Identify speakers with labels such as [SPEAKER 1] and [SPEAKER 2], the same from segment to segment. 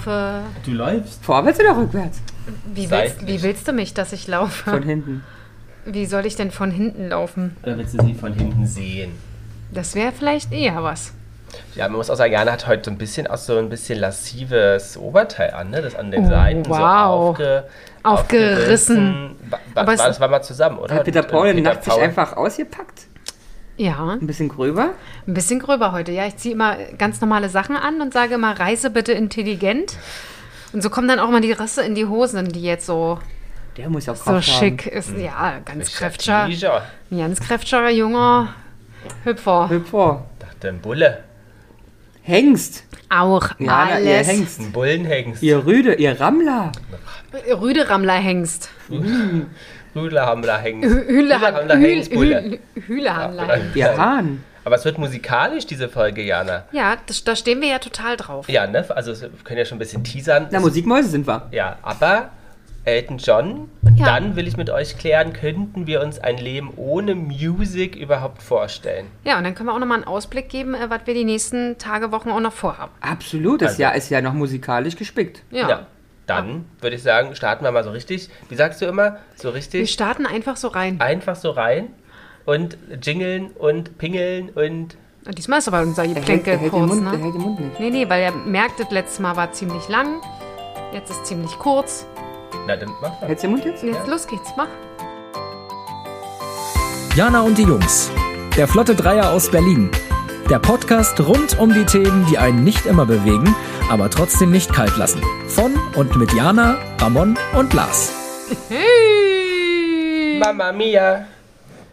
[SPEAKER 1] laufe.
[SPEAKER 2] Du läufst.
[SPEAKER 3] Vorwärts oder rückwärts?
[SPEAKER 1] Wie willst,
[SPEAKER 2] Seitlich.
[SPEAKER 1] wie willst du mich, dass ich
[SPEAKER 3] Von
[SPEAKER 1] laufe?
[SPEAKER 3] hinten.
[SPEAKER 1] Wie soll ich denn von hinten laufen?
[SPEAKER 2] Oder willst du sie äh, von hinten sehen?
[SPEAKER 1] Das wäre vielleicht eher was.
[SPEAKER 4] Ja, man muss auch sagen, Jana hat heute so ein bisschen auch so ein bisschen lassives Oberteil an, ne? Das an den
[SPEAKER 1] Oh,
[SPEAKER 4] Seiten so
[SPEAKER 1] wow.
[SPEAKER 4] aufge,
[SPEAKER 1] Aufgerissen.
[SPEAKER 4] aufgerissen. Wa- wa-
[SPEAKER 1] Aber es-
[SPEAKER 4] war, das war mal zusammen, oder?
[SPEAKER 3] Hat Peter
[SPEAKER 4] Und, äh,
[SPEAKER 3] Paul den
[SPEAKER 4] Peter
[SPEAKER 3] Nachtisch
[SPEAKER 4] Paul-
[SPEAKER 3] einfach ausgepackt?
[SPEAKER 1] Ja,
[SPEAKER 3] Ein bisschen gröber?
[SPEAKER 1] ein bisschen gröber heute. Ja, ich ziehe immer ganz normale Sachen an und sage immer, reise bitte intelligent. Und so kommen dann auch mal die Risse in die Hosen, die jetzt so,
[SPEAKER 3] Der muss ja auch
[SPEAKER 1] so
[SPEAKER 3] Kraft
[SPEAKER 1] schick ist.
[SPEAKER 3] Mhm.
[SPEAKER 1] Ja, ganz
[SPEAKER 4] Richard
[SPEAKER 1] kräftiger,
[SPEAKER 4] Leisure.
[SPEAKER 1] ein ganz kräftiger, junger Hüpfer.
[SPEAKER 3] Haben. Vor.
[SPEAKER 4] Dachte, ein Bulle.
[SPEAKER 3] Hengst.
[SPEAKER 1] Auch
[SPEAKER 3] Jana, ihr
[SPEAKER 1] alles.
[SPEAKER 3] Hengst.
[SPEAKER 4] Ein Bullenhengst.
[SPEAKER 3] Ihr Rüde, ihr Rammler.
[SPEAKER 1] Rüderammler-Hengst.
[SPEAKER 4] Rüdler haben da hängen. haben da hängen, Bulle.
[SPEAKER 1] Hühlehammler-Hengst.
[SPEAKER 3] Ihr Hahn.
[SPEAKER 4] Aber es wird musikalisch, diese Folge, Jana.
[SPEAKER 1] Ja, das, da stehen wir ja total drauf.
[SPEAKER 4] Ja, ne? Also, wir können ja schon ein bisschen teasern.
[SPEAKER 3] Na, Musikmäuse sind wir.
[SPEAKER 4] Ja, aber Elton John. Und
[SPEAKER 1] Ja.
[SPEAKER 4] dann will ich mit euch klären, könnten wir uns ein Leben ohne Music überhaupt vorstellen?
[SPEAKER 1] Ja, und dann können wir auch nochmal einen Ausblick geben, äh, was wir die nächsten Tage, Wochen auch noch vorhaben.
[SPEAKER 3] Absolut, das
[SPEAKER 4] Also-
[SPEAKER 3] Jahr ist ja noch musikalisch gespickt.
[SPEAKER 1] Ja.
[SPEAKER 4] Dann würde ich sagen, starten wir mal so richtig. Wie sagst du immer? So
[SPEAKER 1] Wir
[SPEAKER 4] richtig
[SPEAKER 1] starten einfach so rein.
[SPEAKER 3] Ah.
[SPEAKER 4] einfach so rein und jingeln und pingeln und
[SPEAKER 1] Und diesmal ist aber unser
[SPEAKER 3] hält, er
[SPEAKER 1] Geplänkel
[SPEAKER 3] hält
[SPEAKER 1] kurz,
[SPEAKER 3] den Mund, er
[SPEAKER 1] ne?
[SPEAKER 3] hält den Mund nicht.
[SPEAKER 1] Nee, nee, weil er merkt, das letzte Mal war ziemlich lang. Jetzt ist ziemlich kurz.
[SPEAKER 4] na dann machen wir.
[SPEAKER 3] Hältst du den Mund jetzt?
[SPEAKER 1] Und jetzt los geht's, mach.
[SPEAKER 5] Jana und die Jungs. Der Flotte Dreier aus Berlin. Der Podcast rund um die Themen, die einen nicht immer bewegen, aber trotzdem nicht kalt lassen. Von und mit Jana, Ramon und Lars.
[SPEAKER 4] Mamma mia.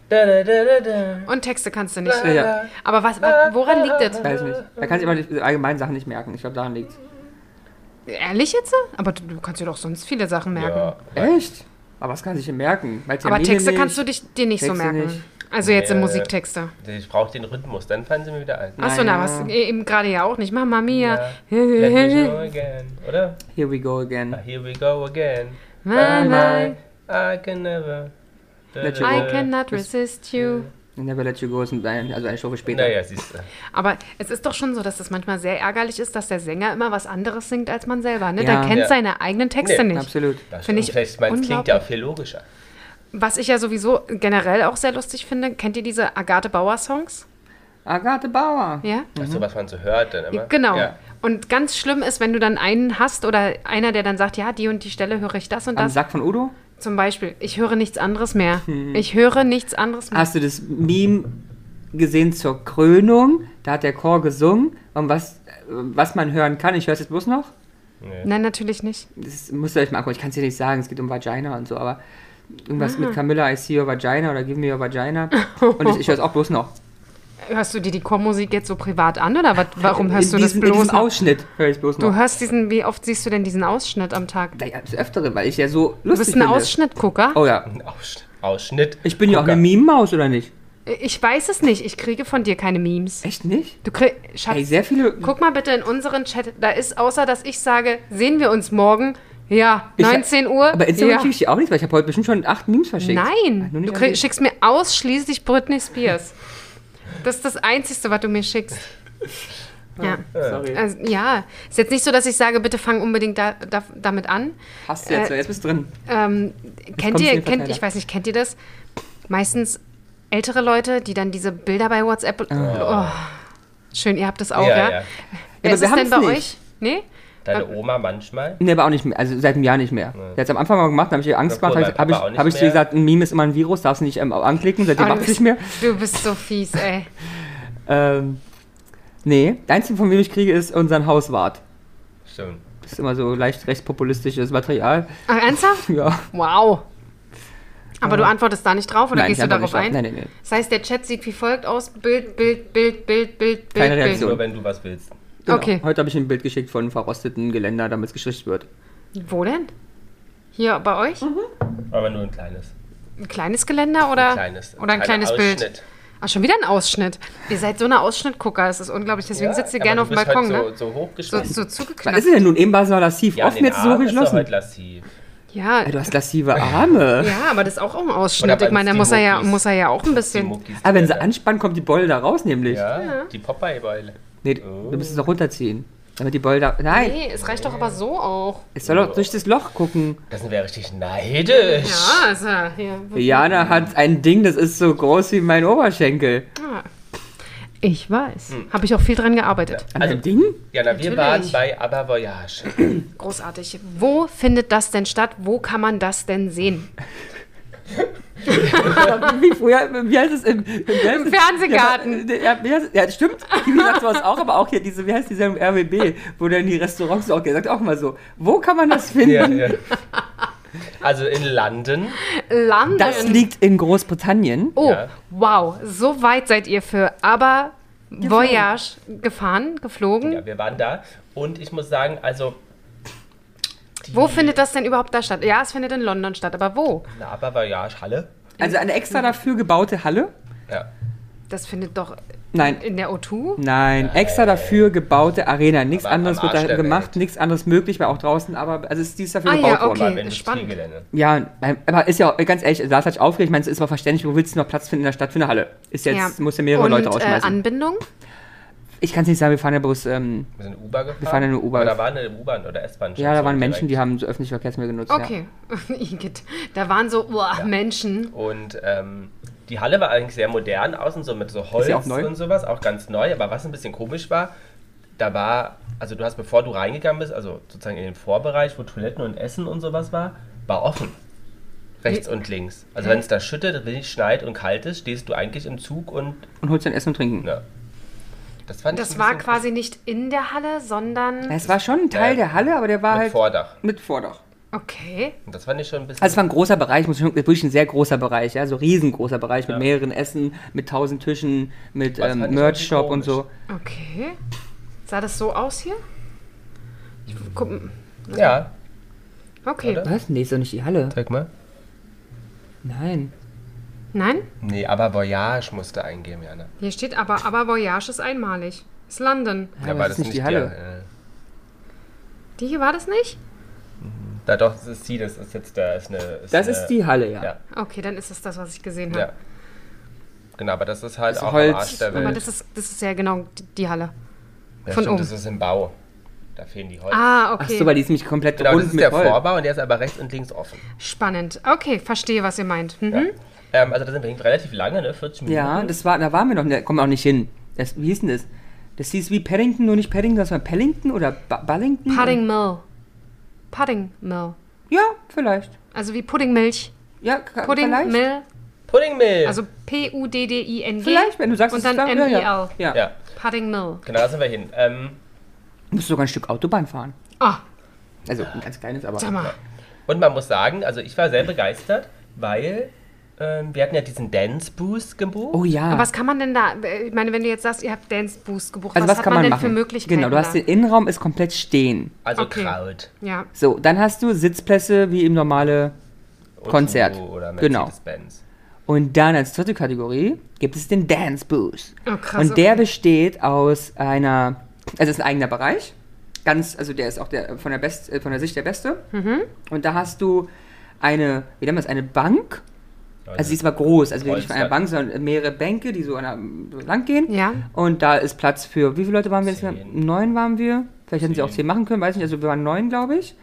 [SPEAKER 4] Da, da, da, da, da.
[SPEAKER 1] Und Texte kannst du nicht.
[SPEAKER 3] Ja, Ah, ja.
[SPEAKER 1] Aber was, was, woran liegt das?
[SPEAKER 3] Weiß nicht. Er kann sich aber die allgemeinen Sachen nicht merken. Ich glaube, daran liegt's.
[SPEAKER 1] Ehrlich jetzt? Aber du, du kannst dir doch sonst viele Sachen merken.
[SPEAKER 4] Ja.
[SPEAKER 3] Echt? Aber was kann sich denn merken? Bei
[SPEAKER 1] Aber
[SPEAKER 3] Termine
[SPEAKER 1] Texte
[SPEAKER 3] nicht.
[SPEAKER 1] kannst du dich, dir nicht so
[SPEAKER 3] Texte
[SPEAKER 1] merken.
[SPEAKER 3] nicht.
[SPEAKER 1] Also jetzt in
[SPEAKER 4] Nee.
[SPEAKER 1] Musiktexte.
[SPEAKER 4] Ich brauche den Rhythmus, dann fallen sie mir wieder ein.
[SPEAKER 1] Achso, na,
[SPEAKER 3] Naja.
[SPEAKER 1] was eben gerade ja auch nicht. Mama Mia.
[SPEAKER 4] Let me go again, oder?
[SPEAKER 3] Here we go again.
[SPEAKER 4] Here we go again.
[SPEAKER 1] Bye, bye.
[SPEAKER 4] I can never.
[SPEAKER 3] Let you
[SPEAKER 1] I
[SPEAKER 3] go.
[SPEAKER 1] cannot resist you.
[SPEAKER 3] Never let you go ist ein- also eine Stufe später.
[SPEAKER 4] Naja, siehst du.
[SPEAKER 1] Aber es ist doch schon so, dass es manchmal sehr ärgerlich ist, dass der Sänger immer was anderes singt als man selber. Ne?
[SPEAKER 3] Ja.
[SPEAKER 1] Der kennt
[SPEAKER 4] Ja.
[SPEAKER 1] seine eigenen Texte
[SPEAKER 4] Nee,
[SPEAKER 1] nicht.
[SPEAKER 3] Absolut.
[SPEAKER 4] Das
[SPEAKER 1] Finde
[SPEAKER 4] stimmt.
[SPEAKER 1] ich
[SPEAKER 4] Vielleicht, meins klingt ja auch
[SPEAKER 1] unglaublich.
[SPEAKER 4] viel logischer.
[SPEAKER 1] Was ich ja sowieso generell auch sehr lustig finde, kennt ihr diese Agathe Bauer-Songs?
[SPEAKER 3] Agathe Bauer.
[SPEAKER 1] Ja?
[SPEAKER 4] Ach so, was man so hört dann immer.
[SPEAKER 1] Genau.
[SPEAKER 4] Ja.
[SPEAKER 1] Und ganz schlimm ist, wenn du dann einen hast oder einer, der dann sagt, ja, die und die Stelle höre ich das und
[SPEAKER 3] Am
[SPEAKER 1] das.
[SPEAKER 3] Sack von Udo?
[SPEAKER 1] Zum Beispiel, ich höre nichts anderes mehr. Ich höre nichts anderes mehr.
[SPEAKER 3] Hm. Hast du das Meme gesehen zur Krönung? Da hat der Chor gesungen. Und was, was man hören kann, ich höre es jetzt bloß noch.
[SPEAKER 1] Nein, natürlich nicht.
[SPEAKER 3] Das müsst ihr euch mal angucken. Ich kann es dir nicht sagen, es geht um Vagina und so, aber irgendwas
[SPEAKER 1] Ah.
[SPEAKER 3] mit Camilla, I see your vagina oder give me your vagina. Und ich, ich höre es auch bloß noch.
[SPEAKER 1] Hörst du dir die Chormusik jetzt so privat an oder was, warum hörst du
[SPEAKER 3] in diesem,
[SPEAKER 1] das
[SPEAKER 3] In
[SPEAKER 1] bloß?
[SPEAKER 3] diesem
[SPEAKER 1] noch?
[SPEAKER 3] Ausschnitt höre ich bloß noch.
[SPEAKER 1] Du hörst diesen, wie oft siehst du denn diesen Ausschnitt am Tag?
[SPEAKER 3] ja, das Öftere, weil ich ja so
[SPEAKER 1] Du
[SPEAKER 3] lustig
[SPEAKER 1] bist ein
[SPEAKER 3] finde.
[SPEAKER 1] Ausschnittgucker?
[SPEAKER 3] Oh ja.
[SPEAKER 4] Ausschnitt. Ausschnitt.
[SPEAKER 3] Ich bin ja auch
[SPEAKER 4] Gucker.
[SPEAKER 3] eine Meme-Maus, oder nicht?
[SPEAKER 1] Ich weiß es nicht. Ich kriege von dir keine Memes.
[SPEAKER 3] Echt nicht?
[SPEAKER 1] Du kriegst. Schatz,
[SPEAKER 3] Ey, sehr viele.
[SPEAKER 1] guck mal bitte in unseren Chat. Da ist, außer dass ich sage, sehen wir uns morgen. Ja,
[SPEAKER 3] Ich-
[SPEAKER 1] 19 Uhr.
[SPEAKER 3] Aber Instagram
[SPEAKER 1] ja.
[SPEAKER 3] kriege ich die auch nicht, weil ich habe heute bestimmt schon acht Memes verschickt.
[SPEAKER 1] Nein,
[SPEAKER 3] nur
[SPEAKER 1] du
[SPEAKER 3] nicht
[SPEAKER 1] krieg,
[SPEAKER 3] an
[SPEAKER 1] schickst mir ausschließlich Britney Spears. Das ist das Einzige, was du mir schickst. Ja.
[SPEAKER 3] Sorry.
[SPEAKER 1] Also, ja, ist jetzt nicht so, dass ich sage, bitte fang unbedingt da, da, damit an.
[SPEAKER 3] Hast du jetzt,
[SPEAKER 1] äh,
[SPEAKER 3] jetzt bist du drin.
[SPEAKER 1] Ähm, kennt
[SPEAKER 3] kommt's in
[SPEAKER 1] ihr, kennt,
[SPEAKER 3] den Verteiler.
[SPEAKER 1] ich weiß nicht, kennt ihr das? Meistens ältere Leute, die dann diese Bilder bei WhatsApp. Oh. Schön, ihr habt das auch,
[SPEAKER 4] Ja,
[SPEAKER 1] ja?
[SPEAKER 4] ja.
[SPEAKER 1] Wer
[SPEAKER 3] Ah.
[SPEAKER 1] ist
[SPEAKER 3] aber wir
[SPEAKER 1] es denn
[SPEAKER 3] haben's
[SPEAKER 1] bei
[SPEAKER 3] nicht.
[SPEAKER 1] euch? Nee? Oh,
[SPEAKER 4] Deine Oma manchmal.
[SPEAKER 3] Nee, aber auch nicht mehr. Also seit einem Jahr nicht mehr. Nee. Jetzt am Anfang mal gemacht, dann habe ich ihr Angst
[SPEAKER 4] Ja, cool,
[SPEAKER 3] gemacht.
[SPEAKER 4] mein
[SPEAKER 3] Habe ich, hab ich,
[SPEAKER 4] Papa auch nicht
[SPEAKER 3] hab ich zu ihr
[SPEAKER 4] mehr.
[SPEAKER 3] gesagt, ein Meme ist immer ein Virus, darfst du nicht ähm, anklicken, seitdem
[SPEAKER 1] Aber
[SPEAKER 3] macht
[SPEAKER 1] du
[SPEAKER 3] es
[SPEAKER 1] bist-
[SPEAKER 3] nicht mehr.
[SPEAKER 1] Du bist so fies, ey.
[SPEAKER 3] Ähm, nee, das Einzige, von wem ich kriege, ist unseren Hauswart.
[SPEAKER 4] Stimmt.
[SPEAKER 3] Das ist immer so leicht rechtspopulistisches Material.
[SPEAKER 1] Ach, Äh, ernsthaft?
[SPEAKER 3] Ja.
[SPEAKER 1] Wow. Aber du antwortest da nicht drauf oder
[SPEAKER 3] Nein,
[SPEAKER 1] gehst
[SPEAKER 3] ich
[SPEAKER 1] du
[SPEAKER 3] antworte
[SPEAKER 1] darauf
[SPEAKER 3] nicht drauf.
[SPEAKER 1] ein?
[SPEAKER 3] Nein, nein, nein.
[SPEAKER 1] Das heißt, der Chat sieht wie folgt aus: Bild, Bild, Bild, Bild, Bild, Bild.
[SPEAKER 3] Keine
[SPEAKER 1] Bild.
[SPEAKER 3] Reaktion.
[SPEAKER 4] Nur wenn du was willst.
[SPEAKER 3] Genau.
[SPEAKER 1] Okay.
[SPEAKER 3] Heute habe ich ein Bild geschickt von verrosteten Geländer, damit es gestrichen wird.
[SPEAKER 1] Wo denn? Hier bei euch?
[SPEAKER 3] Mhm.
[SPEAKER 4] Aber nur ein kleines.
[SPEAKER 1] Ein kleines Geländer oder ein
[SPEAKER 4] kleines.
[SPEAKER 1] oder ein
[SPEAKER 4] kleiner
[SPEAKER 1] kleines Bild?
[SPEAKER 4] Ausschnitt.
[SPEAKER 1] Ach, Ah, schon wieder ein Ausschnitt. Ihr seid so eine Ausschnittgucker, das ist unglaublich. Deswegen
[SPEAKER 4] Ja,
[SPEAKER 1] sitzt ihr
[SPEAKER 4] aber
[SPEAKER 1] gerne
[SPEAKER 4] du
[SPEAKER 1] auf dem
[SPEAKER 4] bist
[SPEAKER 1] Balkon,
[SPEAKER 4] heute
[SPEAKER 1] ne?
[SPEAKER 4] So, so
[SPEAKER 1] So,
[SPEAKER 4] hochgeschlossen.
[SPEAKER 1] so
[SPEAKER 3] Was ist
[SPEAKER 1] zugeknappt.
[SPEAKER 3] denn nun eben war so lassiv?
[SPEAKER 4] ja,
[SPEAKER 3] Offen jetzt so geschlossen.
[SPEAKER 4] Heute lassiv.
[SPEAKER 1] Ja,
[SPEAKER 3] Ey, du hast lassive Arme.
[SPEAKER 1] ja, aber das ist auch ein Ausschnitt.
[SPEAKER 4] Oder
[SPEAKER 1] Ich meine, da
[SPEAKER 4] die
[SPEAKER 1] muss er, ja,
[SPEAKER 4] Muckis.
[SPEAKER 1] muss er ja auch ein
[SPEAKER 4] Die
[SPEAKER 1] bisschen.
[SPEAKER 4] Muckis.
[SPEAKER 3] Aber Ah, wenn
[SPEAKER 4] die
[SPEAKER 3] sie
[SPEAKER 4] da-
[SPEAKER 3] anspannen, kommt die Beule da raus nämlich.
[SPEAKER 4] Ja, die Popeye-Beule.
[SPEAKER 3] Nee, du musst es auch runterziehen. Damit die Boulder. Nein,
[SPEAKER 1] Nee, es reicht doch aber so auch.
[SPEAKER 3] es soll doch durch das Loch gucken.
[SPEAKER 4] Das sind wir richtig neidisch.
[SPEAKER 1] Ja, also, hier.
[SPEAKER 3] Jana hat ein Ding, das ist so groß wie mein Oberschenkel.
[SPEAKER 1] Ich weiß.
[SPEAKER 4] Hm.
[SPEAKER 1] Habe ich auch viel dran gearbeitet.
[SPEAKER 3] An
[SPEAKER 4] Also-
[SPEAKER 3] dem Ding?
[SPEAKER 4] Jana, wir waren
[SPEAKER 1] Natürlich.
[SPEAKER 4] bei Aber Voyage.
[SPEAKER 1] Großartig. Wo findet das denn statt? Wo kann man das denn sehen?
[SPEAKER 3] Wie früher, wie heißt es im, im, wie heißt es-
[SPEAKER 1] Fernsehgarten.
[SPEAKER 3] Ja, ja, wie heißt es- ja stimmt. Wie sagt sowas auch, aber auch hier diese, wie heißt die Sendung RWB, wo dann die Restaurants auch gesagt, auch mal so. Wo kann man das finden?
[SPEAKER 4] Ja, ja. Also in London.
[SPEAKER 1] London.
[SPEAKER 3] Das liegt in Großbritannien.
[SPEAKER 1] Oh,
[SPEAKER 4] Ja.
[SPEAKER 1] wow. So weit seid ihr für Aber Voyage gefahren, geflogen.
[SPEAKER 4] Ja, wir waren da. Und ich muss sagen, also. Die,
[SPEAKER 1] Wo findet das denn überhaupt da statt? Ja, es findet in London statt, aber wo?
[SPEAKER 4] Na, Aber Voyage Halle.
[SPEAKER 3] Also eine extra dafür gebaute Halle.
[SPEAKER 4] Ja.
[SPEAKER 1] Das findet doch
[SPEAKER 3] Nein,
[SPEAKER 1] in der O2.
[SPEAKER 3] Nein, extra dafür gebaute Arena. Nichts
[SPEAKER 4] Aber am
[SPEAKER 3] anderes wird
[SPEAKER 4] Arsch
[SPEAKER 3] da
[SPEAKER 4] der
[SPEAKER 3] gemacht,
[SPEAKER 4] Welt.
[SPEAKER 3] nichts anderes möglich, war auch draußen, aber also ist dies dafür
[SPEAKER 1] Ah, ja,
[SPEAKER 3] gebaut
[SPEAKER 1] okay.
[SPEAKER 3] worden.
[SPEAKER 4] Beim
[SPEAKER 1] spannend.
[SPEAKER 4] Industriegelände.
[SPEAKER 3] Ja, aber ist ja auch, ganz ehrlich, Lars hat sich aufgeregt, ich meine, es ist mal verständlich, wo willst du noch Platz finden in der Stadt für eine Halle? Ist jetzt, musst muss ja mehrere
[SPEAKER 1] Und,
[SPEAKER 3] Leute
[SPEAKER 1] Äh,
[SPEAKER 3] rausschmeißen.
[SPEAKER 1] Anbindung?
[SPEAKER 3] ich kann es nicht sagen, wir fahren ja bloß, ähm,
[SPEAKER 4] Wir sind Uber gefahren.
[SPEAKER 3] fahren in eine Uber.
[SPEAKER 4] Aber da waren eine U-Bahn oder S-Bahn.
[SPEAKER 3] ja, da waren Menschen, die haben so öffentliche Verkehrsmittel genutzt.
[SPEAKER 1] Okay. Igitt. da waren so uah, Menschen.
[SPEAKER 4] Und ähm, die Halle war eigentlich sehr modern außen, so mit so Holz
[SPEAKER 3] sie auch neu?
[SPEAKER 4] und sowas, auch ganz neu. Aber was ein bisschen komisch war, da war, also du hast, bevor du reingegangen bist, also sozusagen in den Vorbereich, wo Toiletten und Essen und sowas war, war offen. Rechts
[SPEAKER 1] Hm.
[SPEAKER 4] und links. Also wenn es da schüttet, wenn es schneit und kalt ist, stehst du eigentlich im Zug und
[SPEAKER 3] Ja. Und holst dann Essen und Trinken.
[SPEAKER 4] ja. Das fand ich
[SPEAKER 1] Das
[SPEAKER 4] ein
[SPEAKER 1] war
[SPEAKER 4] bisschen-
[SPEAKER 1] quasi nicht in der Halle, sondern.
[SPEAKER 3] Es war schon ein Teil
[SPEAKER 4] Ja.
[SPEAKER 3] der Halle, aber der war
[SPEAKER 4] mit
[SPEAKER 3] halt
[SPEAKER 4] Vordach.
[SPEAKER 3] mit Vordach.
[SPEAKER 1] Okay.
[SPEAKER 4] Und das fand ich schon ein bisschen.
[SPEAKER 3] Also es war ein großer Bereich, muss ich sagen, wirklich ein sehr großer Bereich, ja, so riesengroßer Bereich mit mehreren Essen, mit tausend Tischen, mit
[SPEAKER 4] Das
[SPEAKER 3] ähm,
[SPEAKER 4] fand ich
[SPEAKER 3] Merch-Shop und
[SPEAKER 4] irgendwie
[SPEAKER 3] so.
[SPEAKER 1] Okay. Sah das so aus hier? Ich guck,
[SPEAKER 4] ja,
[SPEAKER 1] okay.
[SPEAKER 4] Oder?
[SPEAKER 3] Was? Nee, ist doch nicht die Halle.
[SPEAKER 4] zeig mal.
[SPEAKER 3] Nein.
[SPEAKER 1] Nein?
[SPEAKER 4] Nee, aber Voyage musste eingeben, ne? Jana.
[SPEAKER 1] Hier steht aber, aber Voyage ist einmalig. Ist London.
[SPEAKER 3] Ja, aber das ist nicht die Halle.
[SPEAKER 4] äh,
[SPEAKER 1] Die hier war das nicht?
[SPEAKER 4] Da doch, das ist sie, das ist jetzt da. Ist eine, ist
[SPEAKER 3] Das
[SPEAKER 4] eine,
[SPEAKER 3] ist die Halle, ja.
[SPEAKER 4] Ja.
[SPEAKER 1] Okay, dann ist das das, was ich gesehen habe.
[SPEAKER 4] Ja. Genau, aber das ist halt
[SPEAKER 3] Das ist
[SPEAKER 4] auch
[SPEAKER 3] Holz,
[SPEAKER 4] am Arsch der
[SPEAKER 3] äh,
[SPEAKER 1] Aber
[SPEAKER 4] Welt.
[SPEAKER 1] das ist, das ist ja genau die, die Halle.
[SPEAKER 4] Ja,
[SPEAKER 1] von
[SPEAKER 4] stimmt,
[SPEAKER 1] oben.
[SPEAKER 4] Das ist im Bau. Da fehlen die Holz.
[SPEAKER 1] Ah,
[SPEAKER 3] Ach
[SPEAKER 1] okay.
[SPEAKER 3] so, weil die ist mich komplett
[SPEAKER 4] genau, das
[SPEAKER 3] rund
[SPEAKER 4] ist
[SPEAKER 3] mit
[SPEAKER 4] der
[SPEAKER 3] voll.
[SPEAKER 4] Vorbau und der ist aber rechts und links offen.
[SPEAKER 1] Spannend. Okay, verstehe, was ihr meint. Mhm.
[SPEAKER 4] Ja. Ähm, also da sind wir hinten relativ lange, ne? 40 Minuten.
[SPEAKER 3] Hm? Ja, das war, da waren wir noch, da kommen wir auch nicht hin. Das, wie hieß denn das? Das hieß wie Paddington, nur nicht Paddington, das war Paddington oder ba Ballington?
[SPEAKER 1] Pudding Mill. Pudding Mill.
[SPEAKER 3] Ja, vielleicht.
[SPEAKER 1] Also wie Puddingmilch.
[SPEAKER 3] Ja, ka-
[SPEAKER 1] Pudding
[SPEAKER 3] Äh, vielleicht.
[SPEAKER 1] Mill.
[SPEAKER 4] Pudding Mill.
[SPEAKER 1] Also P-U-D-D-I-N-G.
[SPEAKER 3] Vielleicht, wenn du sagst,
[SPEAKER 1] Und
[SPEAKER 3] es ist
[SPEAKER 1] dann
[SPEAKER 3] da- ja,
[SPEAKER 1] M-I-L.
[SPEAKER 3] ja. Ja.
[SPEAKER 4] ja,
[SPEAKER 1] Pudding Mill.
[SPEAKER 4] genau, da sind wir hin. Ähm,
[SPEAKER 3] Du musst sogar ein Stück Autobahn fahren.
[SPEAKER 1] Ah,
[SPEAKER 3] Also ein ganz kleines, aber.
[SPEAKER 1] sag mal.
[SPEAKER 4] und man muss sagen, also ich war sehr begeistert, weil ähm, wir hatten ja diesen Dance Boost gebucht.
[SPEAKER 3] Oh ja.
[SPEAKER 1] Aber was kann man denn da? äh, Ich meine, wenn du jetzt sagst, ihr habt Dance Boost gebucht,
[SPEAKER 3] also
[SPEAKER 1] was,
[SPEAKER 3] was,
[SPEAKER 1] hat
[SPEAKER 3] kann
[SPEAKER 1] man,
[SPEAKER 3] man
[SPEAKER 1] denn
[SPEAKER 3] machen?
[SPEAKER 1] für Möglichkeiten?
[SPEAKER 3] Genau, du hast
[SPEAKER 1] da?
[SPEAKER 3] den Innenraum ist komplett stehen.
[SPEAKER 4] Also
[SPEAKER 1] okay.
[SPEAKER 4] Kraut.
[SPEAKER 1] Ja,
[SPEAKER 3] So, dann hast du Sitzplätze wie im normale
[SPEAKER 4] Und
[SPEAKER 3] Konzert.
[SPEAKER 4] Hugo Oder
[SPEAKER 3] Genau.
[SPEAKER 4] Mercedes-Benz.
[SPEAKER 3] Und dann als dritte Kategorie gibt es den Dance Booth.
[SPEAKER 1] Oh, krass,
[SPEAKER 3] und der
[SPEAKER 1] okay.
[SPEAKER 3] besteht aus einer, also es ist ein eigener Bereich. Ganz, also der ist auch der, von, der Best, äh, von der Sicht der Beste.
[SPEAKER 1] Mhm.
[SPEAKER 3] Und da hast du eine, wie nennt man das, eine Bank. Also die ist aber groß, also nicht von einer
[SPEAKER 4] Holzbank.
[SPEAKER 3] Bank, sondern mehrere Bänke, die so an der, so lang gehen.
[SPEAKER 1] Ja.
[SPEAKER 3] Und da ist Platz für, wie viele Leute waren wir jetzt?
[SPEAKER 4] Zehn.
[SPEAKER 3] Neun waren wir. Vielleicht hätten sie auch
[SPEAKER 4] Zehn.
[SPEAKER 3] zehn machen können, weiß nicht. Also wir waren neun, glaube ich.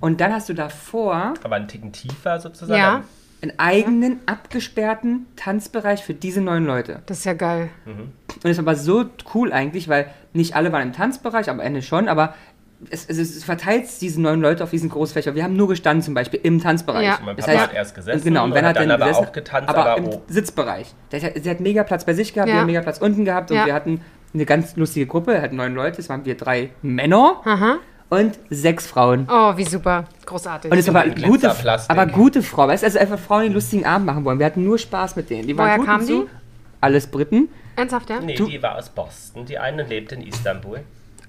[SPEAKER 3] Und dann hast du davor
[SPEAKER 4] aber einen Ticken tiefer sozusagen.
[SPEAKER 1] ja,
[SPEAKER 3] einen eigenen abgesperrten Tanzbereich für diese neun Leute.
[SPEAKER 1] das ist ja geil.
[SPEAKER 3] Und es war aber so cool eigentlich, weil nicht alle waren im Tanzbereich, am Ende schon, aber es, es, es verteilt diese neun Leute auf diesen Großfächer. Wir haben nur gestanden zum Beispiel im Tanzbereich.
[SPEAKER 1] Ja.
[SPEAKER 4] Und Mein
[SPEAKER 3] Das
[SPEAKER 4] Papa hat erst gesessen.
[SPEAKER 3] Genau, und Ben hat dann,
[SPEAKER 4] aber
[SPEAKER 3] gesessen,
[SPEAKER 4] auch getanzt,
[SPEAKER 3] aber,
[SPEAKER 4] aber,
[SPEAKER 3] im
[SPEAKER 4] oh,
[SPEAKER 3] Sitzbereich. Der hat, sie hat mega Platz bei sich gehabt,
[SPEAKER 1] Ja.
[SPEAKER 3] wir haben mega Platz unten gehabt und
[SPEAKER 1] Ja.
[SPEAKER 3] wir hatten eine ganz lustige Gruppe, halt neun Leute, es waren wir drei Männer und sechs Frauen.
[SPEAKER 1] Oh, wie super. Großartig.
[SPEAKER 3] Und es waren
[SPEAKER 4] mit
[SPEAKER 3] gute,
[SPEAKER 4] Glitzerplastik.
[SPEAKER 3] aber gute Frauen, weißt du, also einfach Frauen, die einen lustigen Abend machen wollen. Wir hatten nur Spaß mit denen. Die waren
[SPEAKER 1] Woher
[SPEAKER 3] gut
[SPEAKER 1] kamen
[SPEAKER 3] zu.
[SPEAKER 1] die?
[SPEAKER 3] Alles Briten.
[SPEAKER 1] Ernsthaft, ja?
[SPEAKER 4] nee,
[SPEAKER 3] Du-
[SPEAKER 4] die war aus Boston, die eine und lebt in Istanbul.